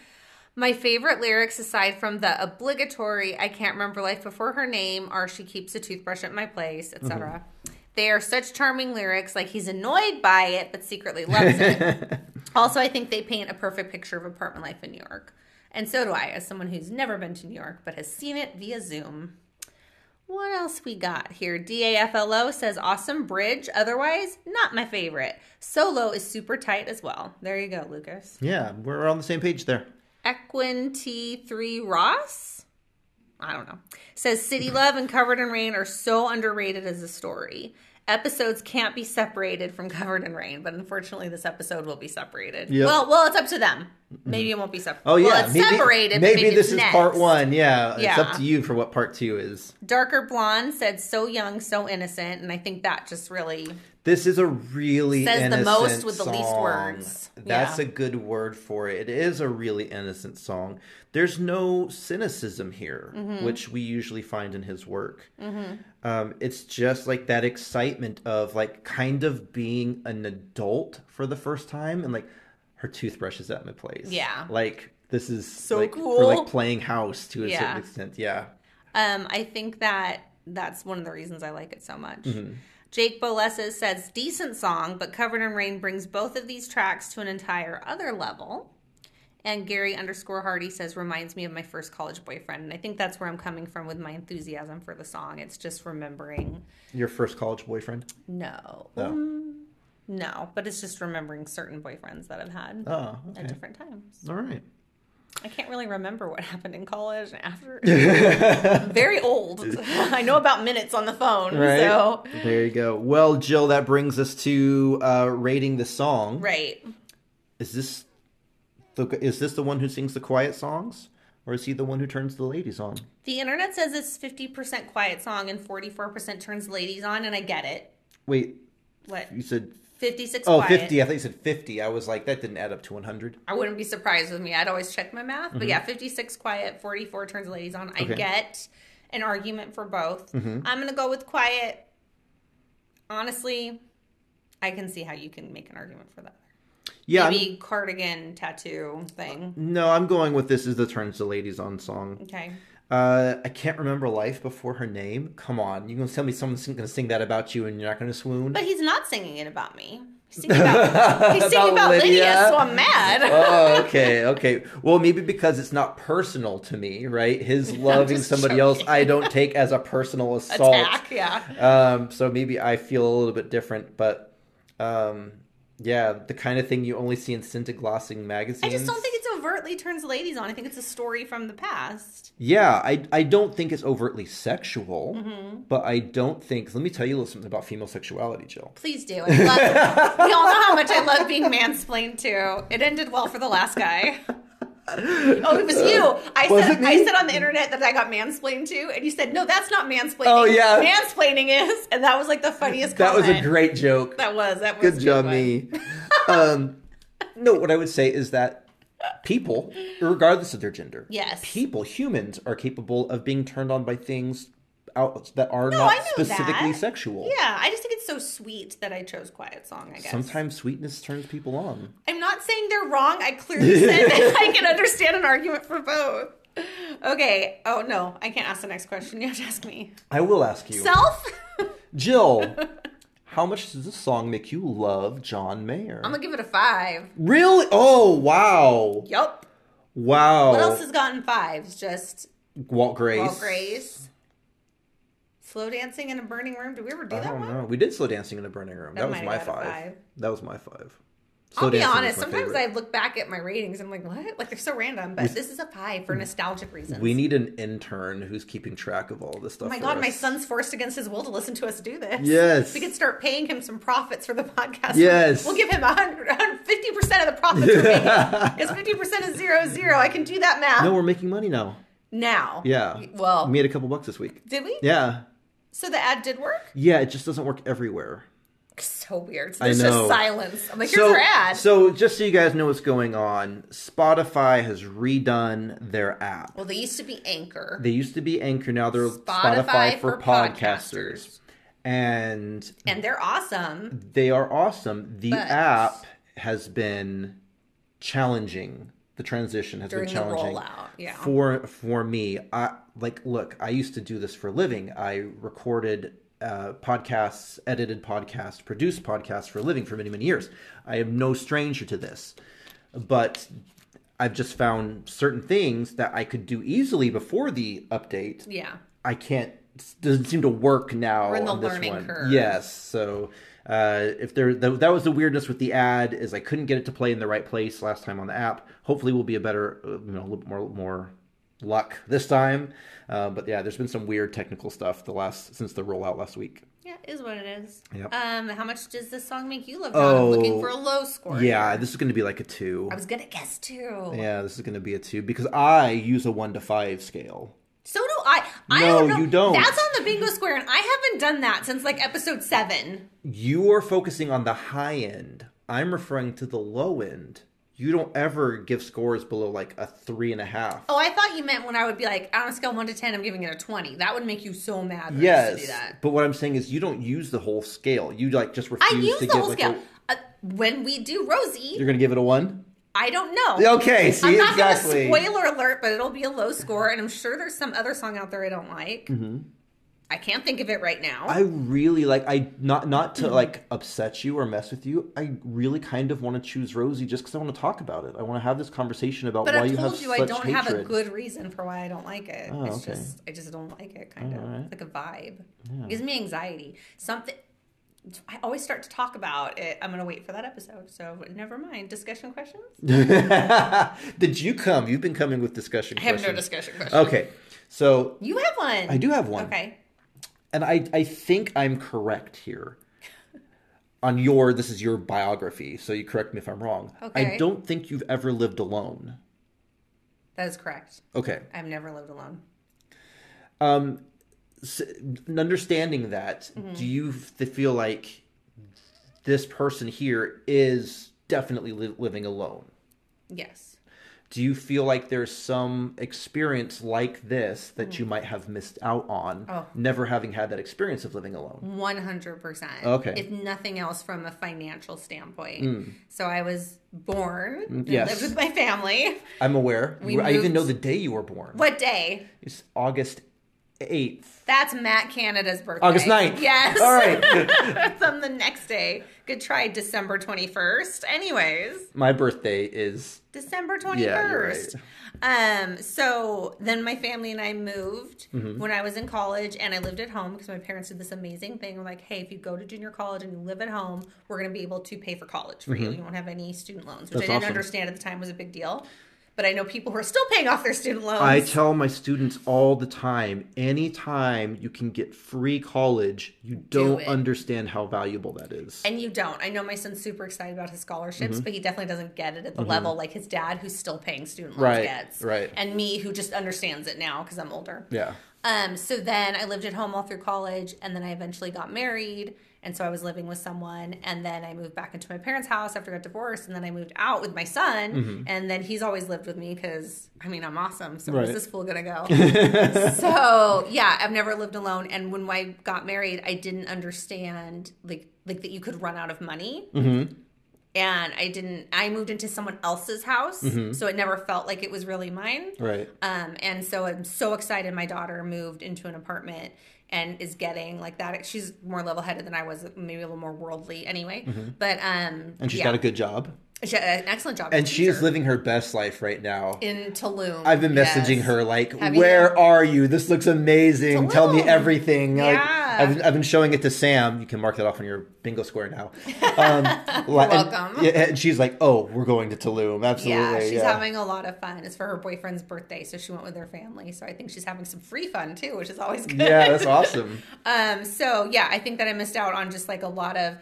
[SPEAKER 1] My favorite lyrics, aside from the obligatory "I can't remember life before her name" are "She keeps a toothbrush at my place," etc. They are such charming lyrics. Like he's annoyed by it, but secretly loves it. also, I think they paint a perfect picture of apartment life in New York, and so do I, as someone who's never been to New York but has seen it via Zoom. What else we got here? DAFLO says awesome bridge. Otherwise, not my favorite. Solo is super tight as well. There you go, Lucas.
[SPEAKER 2] Yeah, we're on the same page there.
[SPEAKER 1] Equin T3 Ross? I don't know. Says City
[SPEAKER 2] Mm-hmm.
[SPEAKER 1] Love and Covered in Rain are so underrated as a story. Episodes can't be separated from Covered in Rain, but unfortunately, this episode will be separated.
[SPEAKER 2] Yep. Mm-hmm.
[SPEAKER 1] Well, well, it's up to them. Maybe it won't be separated.
[SPEAKER 2] Oh yeah,
[SPEAKER 1] well, it's separated. but
[SPEAKER 2] Maybe,
[SPEAKER 1] maybe
[SPEAKER 2] this
[SPEAKER 1] it's
[SPEAKER 2] is part
[SPEAKER 1] next.
[SPEAKER 2] one. Yeah, it's up
[SPEAKER 1] Yeah.
[SPEAKER 2] to you for what part two is.
[SPEAKER 1] Darker Blonde said so young, so innocent, and I think that just really
[SPEAKER 2] This is a really
[SPEAKER 1] Says the
[SPEAKER 2] innocent
[SPEAKER 1] most with the least
[SPEAKER 2] song.
[SPEAKER 1] words.
[SPEAKER 2] That's
[SPEAKER 1] Yeah.
[SPEAKER 2] a good word for it. It is a really innocent song. There's no cynicism here,
[SPEAKER 1] Mm-hmm.
[SPEAKER 2] which we usually find in his work. Um, it's just like that excitement of like kind of being an adult for the first time, and like her toothbrush is at my place.
[SPEAKER 1] Yeah.
[SPEAKER 2] like this is so
[SPEAKER 1] cool.
[SPEAKER 2] We're like playing house to a
[SPEAKER 1] Yeah.
[SPEAKER 2] certain extent. Yeah,
[SPEAKER 1] Um, I think that that's one of the reasons I like it so much.
[SPEAKER 2] Mm-hmm.
[SPEAKER 1] Jake Boleses says decent song, but Covered in Rain brings both of these tracks to an entire other level. And Gary underscore Hardy says reminds me of my first college boyfriend, and I think that's where I'm coming from with my enthusiasm for the song. It's just remembering
[SPEAKER 2] your first college boyfriend.
[SPEAKER 1] no,
[SPEAKER 2] Oh.
[SPEAKER 1] Mm, no, but it's just remembering certain boyfriends that I've had
[SPEAKER 2] Oh,
[SPEAKER 1] at
[SPEAKER 2] okay.
[SPEAKER 1] different times.
[SPEAKER 2] All right.
[SPEAKER 1] I can't really remember what happened in college and after. Very old. I know about minutes on the phone.
[SPEAKER 2] Right.
[SPEAKER 1] So,
[SPEAKER 2] There you go. Well, Jill, that brings us to uh, rating the song.
[SPEAKER 1] right.
[SPEAKER 2] Is this the is this the one who sings the quiet songs, or is he the one who turns the ladies on?
[SPEAKER 1] The internet says it's 50% quiet song and 44% turns ladies on, and I get it.
[SPEAKER 2] Wait,
[SPEAKER 1] What?
[SPEAKER 2] you said
[SPEAKER 1] 56
[SPEAKER 2] oh
[SPEAKER 1] quiet.
[SPEAKER 2] 50. I thought you said fifty. I was like that didn't add up to one hundred.
[SPEAKER 1] I wouldn't be surprised with me. I'd always check my math. But yeah, 56 quiet, 44 turns ladies on. I
[SPEAKER 2] Mm-hmm. Okay. Mm-hmm.
[SPEAKER 1] get an argument for both. I'm going to go with quiet. Honestly, I can see how you can make an argument for that.
[SPEAKER 2] Yeah. I'm-
[SPEAKER 1] Maybe cardigan tattoo thing.
[SPEAKER 2] no, I'm going with this is the turns the ladies on song.
[SPEAKER 1] Okay.
[SPEAKER 2] Uh, I can't remember life before her name. Come on, you gonna tell me someone's gonna sing that about you and you're not gonna swoon?
[SPEAKER 1] But he's not singing it about me. He's singing about, he's singing
[SPEAKER 2] About
[SPEAKER 1] about Lydia.
[SPEAKER 2] Lydia.
[SPEAKER 1] so I'm mad.
[SPEAKER 2] oh, okay, okay. Well, maybe because it's not personal to me, right? His loving
[SPEAKER 1] just
[SPEAKER 2] somebody
[SPEAKER 1] joking.
[SPEAKER 2] else, I don't take as a personal assault.
[SPEAKER 1] Attack, yeah.
[SPEAKER 2] Um, so maybe I feel a little bit different, but um, yeah, the kind of thing you only see in Cintiglossing magazines.
[SPEAKER 1] I just don't think it's a overtly turns ladies on. I think it's a story from the past.
[SPEAKER 2] Yeah, I, I don't think it's overtly sexual,
[SPEAKER 1] Mm-hmm.
[SPEAKER 2] but I don't think. Let me tell you a little something about female sexuality, Jill.
[SPEAKER 1] Please do. I love, we all know how much I love being mansplained to. It ended well for the last guy. Oh, it was you. I
[SPEAKER 2] Was
[SPEAKER 1] said
[SPEAKER 2] it me?
[SPEAKER 1] I said on the internet that I got mansplained to, and you said no, that's not mansplaining.
[SPEAKER 2] Oh, yeah.
[SPEAKER 1] mansplaining is, and that was like the funniest.
[SPEAKER 2] That was
[SPEAKER 1] comment.
[SPEAKER 2] a great joke.
[SPEAKER 1] That was that was a
[SPEAKER 2] Good job,
[SPEAKER 1] one.
[SPEAKER 2] me. um, no, what I would say is that people, regardless of their gender,
[SPEAKER 1] Yes.
[SPEAKER 2] people, humans, are capable of being turned on by things out that are
[SPEAKER 1] I
[SPEAKER 2] not
[SPEAKER 1] know
[SPEAKER 2] specifically
[SPEAKER 1] that.
[SPEAKER 2] sexual.
[SPEAKER 1] Yeah, I just think it's so sweet that I chose Quiet Song. I guess
[SPEAKER 2] Sometimes sweetness turns people on.
[SPEAKER 1] I'm not saying they're wrong. I clearly said that I can understand an argument for both. Okay. Oh no, I can't ask the next question. You have to ask me.
[SPEAKER 2] I will ask you,
[SPEAKER 1] Self.
[SPEAKER 2] Jill. How much does this song make you love John Mayer?
[SPEAKER 1] I'm gonna give it a five.
[SPEAKER 2] Really? Oh wow,
[SPEAKER 1] Yup.
[SPEAKER 2] wow.
[SPEAKER 1] What else has gotten fives? Just
[SPEAKER 2] Walt Oh. Grace?
[SPEAKER 1] All Grace. Slow dancing in a burning room. Did we ever do
[SPEAKER 2] I
[SPEAKER 1] that
[SPEAKER 2] don't
[SPEAKER 1] one?
[SPEAKER 2] know. We did slow dancing in a burning room. That, was
[SPEAKER 1] might
[SPEAKER 2] my
[SPEAKER 1] have got a
[SPEAKER 2] five.
[SPEAKER 1] five.
[SPEAKER 2] That was my five. Slow
[SPEAKER 1] I'll be
[SPEAKER 2] dancing was
[SPEAKER 1] honest.
[SPEAKER 2] my
[SPEAKER 1] Sometimes
[SPEAKER 2] favorite.
[SPEAKER 1] I look back at my ratings. I'm like, what? Like they're so random. But this is a five for nostalgic reasons.
[SPEAKER 2] We need an intern who's keeping track of all this stuff.
[SPEAKER 1] Oh my
[SPEAKER 2] for
[SPEAKER 1] God, my
[SPEAKER 2] us.
[SPEAKER 1] son's forced against his will to listen to us do this.
[SPEAKER 2] Yes.
[SPEAKER 1] We could start paying him some profits for the podcast.
[SPEAKER 2] Yes.
[SPEAKER 1] We'll give him 100, 150% of the profits we're making. Because 50% is zero, zero. I can do that math
[SPEAKER 2] No, we're making money now.
[SPEAKER 1] now.
[SPEAKER 2] Yeah.
[SPEAKER 1] Well,
[SPEAKER 2] we made a couple bucks this week.
[SPEAKER 1] did we?
[SPEAKER 2] Yeah,
[SPEAKER 1] So the ad did work?
[SPEAKER 2] yeah. It just doesn't work everywhere.
[SPEAKER 1] So weird. So
[SPEAKER 2] I
[SPEAKER 1] there's just
[SPEAKER 2] know.
[SPEAKER 1] silence. I'm like, here's our ad.
[SPEAKER 2] so just so you guys know what's going on, Spotify has redone their app.
[SPEAKER 1] well, they used to be Anchor.
[SPEAKER 2] They used to be Anchor, now they're
[SPEAKER 1] Spotify
[SPEAKER 2] Spotify, for,
[SPEAKER 1] for podcasters.
[SPEAKER 2] podcasters. and
[SPEAKER 1] and they're awesome.
[SPEAKER 2] they are awesome. The
[SPEAKER 1] But-
[SPEAKER 2] app has been challenging. The transition has
[SPEAKER 1] During
[SPEAKER 2] been
[SPEAKER 1] the
[SPEAKER 2] challenging
[SPEAKER 1] rollout, yeah.
[SPEAKER 2] for for me. I like look. I used to do this for a living. I recorded uh, podcasts, edited podcasts, produced podcasts for a living for many many years. I am no stranger to this, but I've just found certain things that I could do easily before the update
[SPEAKER 1] Yeah.
[SPEAKER 2] I can't doesn't seem to work now
[SPEAKER 1] We're in the
[SPEAKER 2] on this
[SPEAKER 1] learning
[SPEAKER 2] one.
[SPEAKER 1] curve.
[SPEAKER 2] Yes, so uh, if there th- that was the weirdness with the ad is I couldn't get it to play in the right place last time on the app. Hopefully, we'll be a better uh, you know a little more more luck this time. Uh, but yeah, there's been some weird technical stuff the last since the rollout last week.
[SPEAKER 1] Yeah, it is what it is.
[SPEAKER 2] Yep.
[SPEAKER 1] Um, how much does this song make you love? John? I'm looking
[SPEAKER 2] Oh,
[SPEAKER 1] for a low score.
[SPEAKER 2] Yeah, this is going to be like a two.
[SPEAKER 1] I was gonna guess too.
[SPEAKER 2] Yeah, this is going to be a two because I use a one to five scale.
[SPEAKER 1] So do I. I
[SPEAKER 2] No,
[SPEAKER 1] don't know.
[SPEAKER 2] you don't.
[SPEAKER 1] That's on the bingo square, and I haven't done that since like episode seven.
[SPEAKER 2] You are focusing on the high end. I'm referring to the low end. You don't ever give scores below like a three and a half.
[SPEAKER 1] Oh, I thought you meant when I would be like, on a scale of one to ten, I'm giving it a twenty. That would make you so mad. When I used to do
[SPEAKER 2] yes,
[SPEAKER 1] that.
[SPEAKER 2] but what I'm saying is you don't use the whole scale. You like just
[SPEAKER 1] I
[SPEAKER 2] refuse
[SPEAKER 1] use
[SPEAKER 2] to
[SPEAKER 1] the
[SPEAKER 2] give
[SPEAKER 1] whole
[SPEAKER 2] like
[SPEAKER 1] scale.
[SPEAKER 2] A,
[SPEAKER 1] Uh, when we do Rosie,
[SPEAKER 2] you're gonna give it a one.
[SPEAKER 1] I don't know.
[SPEAKER 2] Okay, see
[SPEAKER 1] I'm not
[SPEAKER 2] exactly.
[SPEAKER 1] gonna spoiler alert, but it'll be a low score, and I'm sure there's some other song out there I don't like. I can't think of it right now.
[SPEAKER 2] Mm-hmm. I really like I not not
[SPEAKER 1] Mm-hmm.
[SPEAKER 2] to like upset you or mess with you. I really kind of want to choose Rosie just because I want to talk about it. I want to have this conversation about
[SPEAKER 1] but
[SPEAKER 2] why
[SPEAKER 1] I
[SPEAKER 2] you
[SPEAKER 1] told
[SPEAKER 2] have
[SPEAKER 1] you,
[SPEAKER 2] such
[SPEAKER 1] I don't
[SPEAKER 2] hatred.
[SPEAKER 1] have a good reason for why I don't like it.
[SPEAKER 2] Oh,
[SPEAKER 1] it's
[SPEAKER 2] okay. Oh,
[SPEAKER 1] just I just don't like it kind of.
[SPEAKER 2] Alright.
[SPEAKER 1] It's like a vibe. It gives me anxiety. Something I always start to talk about it. I'm gonna wait for that episode. So never mind. Discussion questions?
[SPEAKER 2] Did you come? You've been coming with discussion.
[SPEAKER 1] I have no
[SPEAKER 2] questions.
[SPEAKER 1] discussion questions.
[SPEAKER 2] Okay, so
[SPEAKER 1] You have one.
[SPEAKER 2] I do have one.
[SPEAKER 1] Okay.
[SPEAKER 2] and I, I think I'm correct here. On your, this is your biography, so you correct me if I'm wrong.
[SPEAKER 1] Okay.
[SPEAKER 2] I don't think you've ever lived alone.
[SPEAKER 1] That is correct.
[SPEAKER 2] Okay.
[SPEAKER 1] I've never lived alone.
[SPEAKER 2] S understanding that,
[SPEAKER 1] Mm-hmm.
[SPEAKER 2] do you f- feel like this person here is definitely li- living alone?
[SPEAKER 1] Yes.
[SPEAKER 2] Do you feel like there's some experience like this that you might have missed out on,
[SPEAKER 1] Mm. Oh. Mm.
[SPEAKER 2] never having had that experience of living alone?
[SPEAKER 1] One hundred percent.
[SPEAKER 2] Okay. Hmm.
[SPEAKER 1] If nothing else, from a financial standpoint. So I was born. and
[SPEAKER 2] yes.
[SPEAKER 1] Lived with my family.
[SPEAKER 2] I'm aware.
[SPEAKER 1] We
[SPEAKER 2] I even
[SPEAKER 1] moved-
[SPEAKER 2] know the day you were born.
[SPEAKER 1] What day?
[SPEAKER 2] It's August 8th.
[SPEAKER 1] That's Matt Canada's birthday.
[SPEAKER 2] August 9th.
[SPEAKER 1] Yes.
[SPEAKER 2] All right.
[SPEAKER 1] That's on the next day. Good try, December 21st. Anyways,
[SPEAKER 2] My birthday is
[SPEAKER 1] December 21st.
[SPEAKER 2] Yeah, you're
[SPEAKER 1] Um, so then my family and I moved
[SPEAKER 2] Mm-hmm.
[SPEAKER 1] when I was in college and I lived at home because my parents did this amazing thing. We're like, hey, if you go to junior college and you live at home, we're going to be able to pay for college for you. You won't have any student loans, which
[SPEAKER 2] Mm-hmm. That's
[SPEAKER 1] I didn't
[SPEAKER 2] awesome.
[SPEAKER 1] understand at the time was a big deal. But I know people who are still paying off their student loans.
[SPEAKER 2] I tell my students all the time anytime you can get free college, you don't
[SPEAKER 1] it.
[SPEAKER 2] understand how valuable that is.
[SPEAKER 1] and you don't. I know my son's super excited about his scholarships,
[SPEAKER 2] Mm-hmm.
[SPEAKER 1] but he definitely doesn't get it at the level like his dad, who's still paying student loans,
[SPEAKER 2] Right,
[SPEAKER 1] gets.
[SPEAKER 2] right.
[SPEAKER 1] And me, who just understands it now because I'm older.
[SPEAKER 2] yeah.
[SPEAKER 1] Um, so then I lived at home all through college, and then I eventually got married, and so I was living with someone, and then I moved back into my parents' house after I got divorced, and then I moved out with my son, and then he's always lived with me because I mean I'm awesome. So where's
[SPEAKER 2] Right.
[SPEAKER 1] this fool gonna go? so yeah, I've never lived alone, and when I got married, I didn't understand like like that you could run out of money and I didn't. I moved into someone else's house, so it never felt like it was really mine.
[SPEAKER 2] Right.
[SPEAKER 1] Um, and so I'm so excited. My daughter moved into an apartment and is getting like that. She's more level headed than I was, maybe a little more worldly anyway. But um,
[SPEAKER 2] Mm-hmm. And she's
[SPEAKER 1] she's
[SPEAKER 2] got a good job.
[SPEAKER 1] she had an excellent job. as a
[SPEAKER 2] And she's
[SPEAKER 1] teacher
[SPEAKER 2] living her best life right now.
[SPEAKER 1] in Tulum.
[SPEAKER 2] I've been messaging
[SPEAKER 1] Yes.
[SPEAKER 2] her like,
[SPEAKER 1] Have you-
[SPEAKER 2] "Where are you? This looks amazing. Tell me
[SPEAKER 1] Tulum.
[SPEAKER 2] everything." Like,
[SPEAKER 1] Yeah.
[SPEAKER 2] I've, I've been showing it to Sam. You can mark that off on your bingo square now. Um, li- and-
[SPEAKER 1] welcome.
[SPEAKER 2] yeah, and she's like, "Oh, we're going to Tulum. Absolutely."
[SPEAKER 1] Yeah, she's having a lot of fun. It's for her boyfriend's birthday, so she went with her family. So I think she's having some free fun too, which is always good.
[SPEAKER 2] Yeah, that's awesome.
[SPEAKER 1] Um, so yeah, I think that I missed out on just like a lot of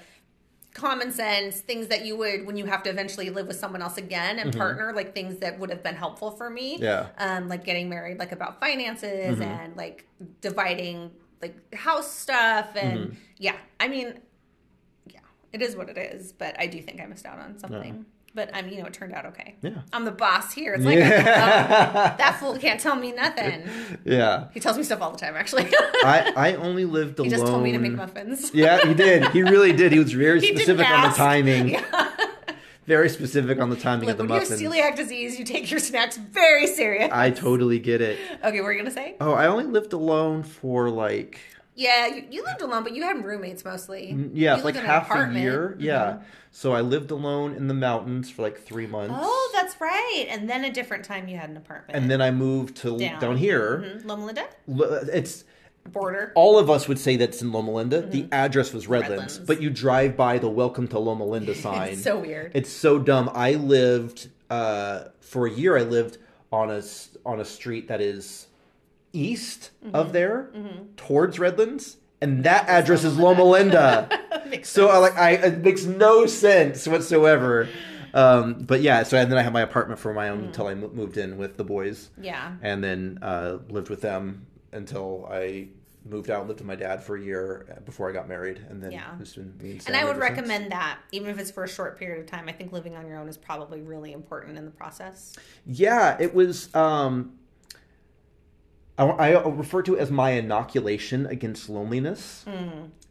[SPEAKER 1] common sense things that you would when you have to eventually live with someone else again and partner, like things that would have been helpful for me.
[SPEAKER 2] Mm-hmm. Yeah. Mm-hmm.
[SPEAKER 1] Um, like getting married, like about finances and like dividing like house stuff and
[SPEAKER 2] Mm-hmm.
[SPEAKER 1] yeah. I mean, yeah, it is what it is, but I do think I missed out on something. But I'm, you know, it turned out okay.
[SPEAKER 2] Yeah.
[SPEAKER 1] I'm the boss here. It's like
[SPEAKER 2] Yeah.
[SPEAKER 1] that fool can't tell me nothing.
[SPEAKER 2] yeah.
[SPEAKER 1] He tells me stuff all the time. Actually,
[SPEAKER 2] I I only lived alone.
[SPEAKER 1] he just told me to make muffins.
[SPEAKER 2] yeah, he did. He really did. He was very
[SPEAKER 1] didn't
[SPEAKER 2] specific on the
[SPEAKER 1] ask.
[SPEAKER 2] timing.
[SPEAKER 1] Yeah.
[SPEAKER 2] Very specific on the timing
[SPEAKER 1] Look,
[SPEAKER 2] of the
[SPEAKER 1] when
[SPEAKER 2] muffins.
[SPEAKER 1] you have celiac disease, you take your snacks very serious.
[SPEAKER 2] I totally get it.
[SPEAKER 1] okay, what were you gonna say?
[SPEAKER 2] Oh, I only lived alone for like
[SPEAKER 1] Yeah, you, you lived alone, but you had roommates mostly.
[SPEAKER 2] Mm, yeah,
[SPEAKER 1] you
[SPEAKER 2] like
[SPEAKER 1] lived in an
[SPEAKER 2] half a
[SPEAKER 1] apartment. Mm-hmm.
[SPEAKER 2] year. Yeah. So I lived alone in the mountains for like three months.
[SPEAKER 1] Oh, that's right. And then a different time you had an apartment.
[SPEAKER 2] and then I moved to down,
[SPEAKER 1] Down.
[SPEAKER 2] here.
[SPEAKER 1] Mhm. Loma Linda
[SPEAKER 2] L- It's
[SPEAKER 1] border.
[SPEAKER 2] all of us would say that's in Loma Linda. The address was Redlands,
[SPEAKER 1] Mm-hmm. Redlands.
[SPEAKER 2] but you drive by the "Welcome to Loma Linda" sign.
[SPEAKER 1] It's so weird.
[SPEAKER 2] It's so dumb. I lived uh, for a year. I lived on a s- on a street that is east
[SPEAKER 1] Mm-hmm.
[SPEAKER 2] of there, towards Redlands, and that address is Loma Linda. so I like I it makes no sense whatsoever. Um, but yeah, so and then I had my apartment for my own
[SPEAKER 1] Mm.
[SPEAKER 2] until I mo- moved in with the boys,
[SPEAKER 1] yeah.
[SPEAKER 2] and then uh, lived with them until I moved out and lived with my dad for a year uh, before I got married, and then
[SPEAKER 1] Yeah.
[SPEAKER 2] it's been me Sam
[SPEAKER 1] And I would
[SPEAKER 2] ever since.
[SPEAKER 1] recommend that, even if it's for a short period of time. I think living on your own is probably really important in the process.
[SPEAKER 2] Yeah, it was. Um, I, I refer to it as my inoculation against loneliness,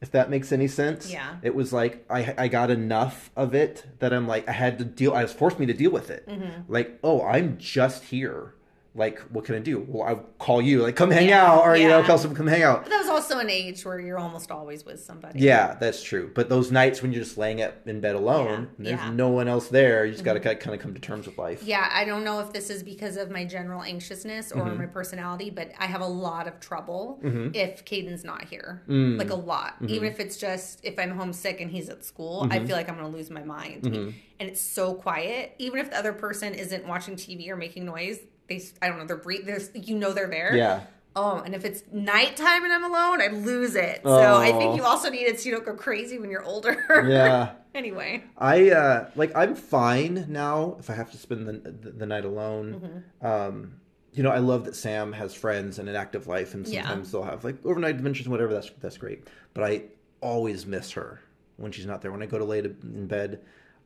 [SPEAKER 2] if that makes any sense.
[SPEAKER 1] Mm. Yeah.
[SPEAKER 2] It was like I, I got enough of it that I'm like, I had to deal, I was forced me to deal with it.
[SPEAKER 1] Mm-hmm.
[SPEAKER 2] Like, oh, I'm just here. Like, what can I do? Well, I'll call you, like, come hang
[SPEAKER 1] Yeah,
[SPEAKER 2] out, or, you know,
[SPEAKER 1] yeah.
[SPEAKER 2] call some, come hang out.
[SPEAKER 1] But that was also an age where you're almost always with somebody.
[SPEAKER 2] Yeah, that's true. But those nights when you're just laying up in bed alone,
[SPEAKER 1] Yeah,
[SPEAKER 2] and there's
[SPEAKER 1] yeah. Mm-hmm.
[SPEAKER 2] no one else there, you just got to kind of come to terms with life.
[SPEAKER 1] Yeah, I don't know if this is because of my general anxiousness or
[SPEAKER 2] Mm-hmm.
[SPEAKER 1] my personality, but I have a lot of trouble if Caden's not here.
[SPEAKER 2] Mm.
[SPEAKER 1] Like a lot.
[SPEAKER 2] Mm-hmm.
[SPEAKER 1] Even if it's just if I'm homesick and he's at school, I feel like I'm going to lose my mind.
[SPEAKER 2] Mm-hmm.
[SPEAKER 1] And it's so quiet. Even if the other person isn't watching TV or making noise, they s- I don't know, they're breathing, you know they're there.
[SPEAKER 2] Yeah.
[SPEAKER 1] Oh, and if it's nighttime and I'm alone, I lose it. So I
[SPEAKER 2] Oh.
[SPEAKER 1] think you also need it so you don't go crazy when you're older.
[SPEAKER 2] Yeah.
[SPEAKER 1] anyway.
[SPEAKER 2] I uh like I'm fine now if I have to spend the the, the night alone. Um you know, I love that Sam has friends and an active life and
[SPEAKER 1] Yeah.
[SPEAKER 2] sometimes they'll have like overnight adventures and whatever that's that's great. But I always miss her when she's not there. When I go to lay to, in bed,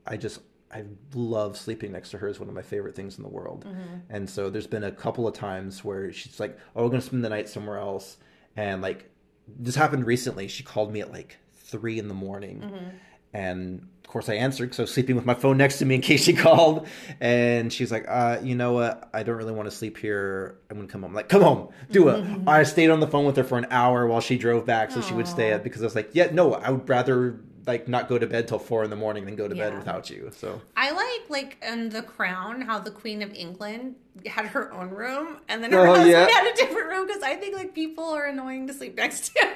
[SPEAKER 2] I just I love sleeping next to her is one of my favorite things in the world. And so there's been a couple of times where she's like, "Oh, we're going to spend the night somewhere else." And like this happened recently. She called me at like three in the morning,
[SPEAKER 1] Mm-hmm.
[SPEAKER 2] and of course I answered because I was sleeping with my phone next to me in case she called. And she's like, uh, "You know what? I don't really want to sleep here. I'm gonna come home." I'm like, come home, do it.
[SPEAKER 1] Mm-hmm.
[SPEAKER 2] I stayed on the phone with her for an hour while she drove back, so she would stay up because I was like, "Yeah, no, I would rather." Like not go to bed till four in the morning than go to bed
[SPEAKER 1] Yeah.
[SPEAKER 2] without you. So
[SPEAKER 1] I like like in The Crown how the Queen of England had her own room and then her
[SPEAKER 2] Oh,
[SPEAKER 1] husband
[SPEAKER 2] yeah.
[SPEAKER 1] had a different room because I think like people are annoying to sleep next to.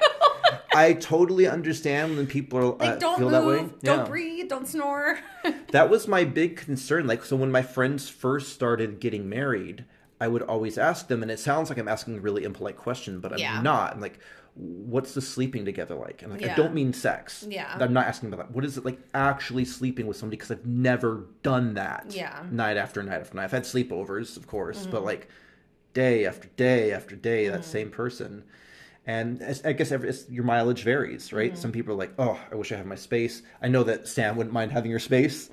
[SPEAKER 2] I totally understand when people are
[SPEAKER 1] Like,
[SPEAKER 2] uh,
[SPEAKER 1] don't
[SPEAKER 2] feel
[SPEAKER 1] move,
[SPEAKER 2] that way.
[SPEAKER 1] don't
[SPEAKER 2] Yeah.
[SPEAKER 1] breathe, don't snore.
[SPEAKER 2] That was my big concern. Like, so when my friends first started getting married, I would always ask them, and it sounds like I'm asking a really impolite question, but I'm
[SPEAKER 1] Yeah.
[SPEAKER 2] not. I'm like, what's the sleeping together like? And like, I
[SPEAKER 1] Yeah.
[SPEAKER 2] don't mean sex.
[SPEAKER 1] Yeah.
[SPEAKER 2] I'm not asking about that. What is it like actually sleeping with somebody? Because I've never done that.
[SPEAKER 1] Yeah. Mm-hmm.
[SPEAKER 2] Night after night after night. I've had sleepovers, of course, but like day after day after day,
[SPEAKER 1] Mm.
[SPEAKER 2] that same person. And as- I guess every, it's, your mileage varies, right?
[SPEAKER 1] Mm-hmm.
[SPEAKER 2] Some people are like, "Oh, I wish I had my space." I know that Sam wouldn't mind having your space,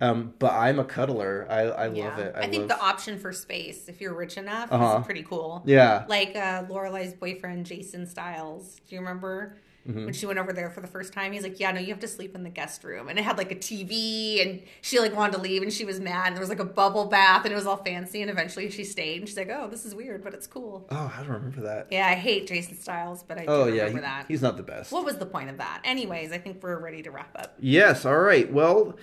[SPEAKER 2] um, but I'm a cuddler. I, I
[SPEAKER 1] Mm-hmm.
[SPEAKER 2] love
[SPEAKER 1] Yeah.
[SPEAKER 2] it.
[SPEAKER 1] I, think
[SPEAKER 2] love-
[SPEAKER 1] the option for space, if you're rich enough,
[SPEAKER 2] Uh-huh.
[SPEAKER 1] is pretty cool.
[SPEAKER 2] yeah,
[SPEAKER 1] Like uh, Lorelai's boyfriend, Jason Styles. Do you remember
[SPEAKER 2] Mm-hmm.
[SPEAKER 1] when she went over there for the first time? He's like, "Yeah, no, you have to sleep in the guest room." And it had like a TV, and she like wanted to leave, and she was mad. And there was like a bubble bath, and it was all fancy. And eventually, she stayed, and she's like, "Oh, this is weird, but it's cool."
[SPEAKER 2] oh, I don't remember that.
[SPEAKER 1] Yeah, I hate Jason Styles, but I do
[SPEAKER 2] oh yeah,
[SPEAKER 1] remember
[SPEAKER 2] he-
[SPEAKER 1] that.
[SPEAKER 2] he's not the best.
[SPEAKER 1] What was the point of that? Anyways, I think we're ready to wrap up.
[SPEAKER 2] yes. All right. Well,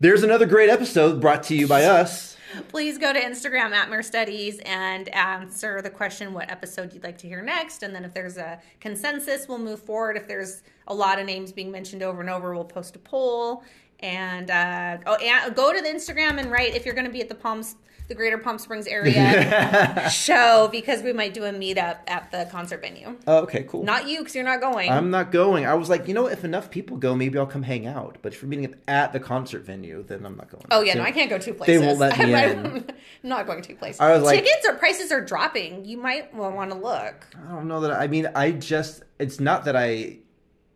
[SPEAKER 2] there's another great episode brought to you by us.
[SPEAKER 1] Please go to Instagram at Mer Studies and answer the question what episode you'd like to hear next. And then if there's a consensus, we'll move forward. If there's a lot of names being mentioned over and over, we'll post a poll. And uh, oh, and go to the Instagram and write if you're going to be at the Palms, the Greater Palm Springs area show because we might do a meetup at the concert venue.
[SPEAKER 2] Oh, okay, cool.
[SPEAKER 1] Not you because you're not going.
[SPEAKER 2] I'm not going. I was like, you know, if enough people go, maybe I'll come hang out. But if you're meeting at the concert venue, then I'm not going.
[SPEAKER 1] Oh yeah,
[SPEAKER 2] So-
[SPEAKER 1] no, I can't go two places.
[SPEAKER 2] they won't let me
[SPEAKER 1] I'm,
[SPEAKER 2] in.
[SPEAKER 1] I'm not going two places.
[SPEAKER 2] I was like-
[SPEAKER 1] Tickets or prices are dropping. You might want to look.
[SPEAKER 2] I don't know that. I mean, I just it's not that I.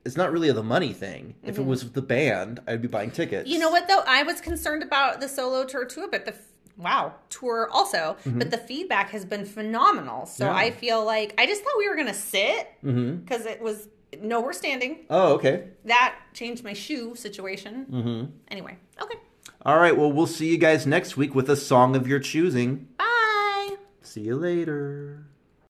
[SPEAKER 2] It's not really the money thing. If it was the band, I'd be buying tickets.
[SPEAKER 1] Mm-hmm. You know what though? I was concerned about the solo tour too, but the f- wow tour also. But the feedback has been phenomenal. So
[SPEAKER 2] Mm-hmm. Yeah.
[SPEAKER 1] I feel like I just thought we were gonna sit
[SPEAKER 2] Mm-hmm.
[SPEAKER 1] because it was no, we're standing.
[SPEAKER 2] Oh, okay.
[SPEAKER 1] That changed my shoe situation. Mm-hmm. Anyway, okay,
[SPEAKER 2] All right. Well, we'll see you guys next week with a song of your choosing.
[SPEAKER 1] bye.
[SPEAKER 2] See you later.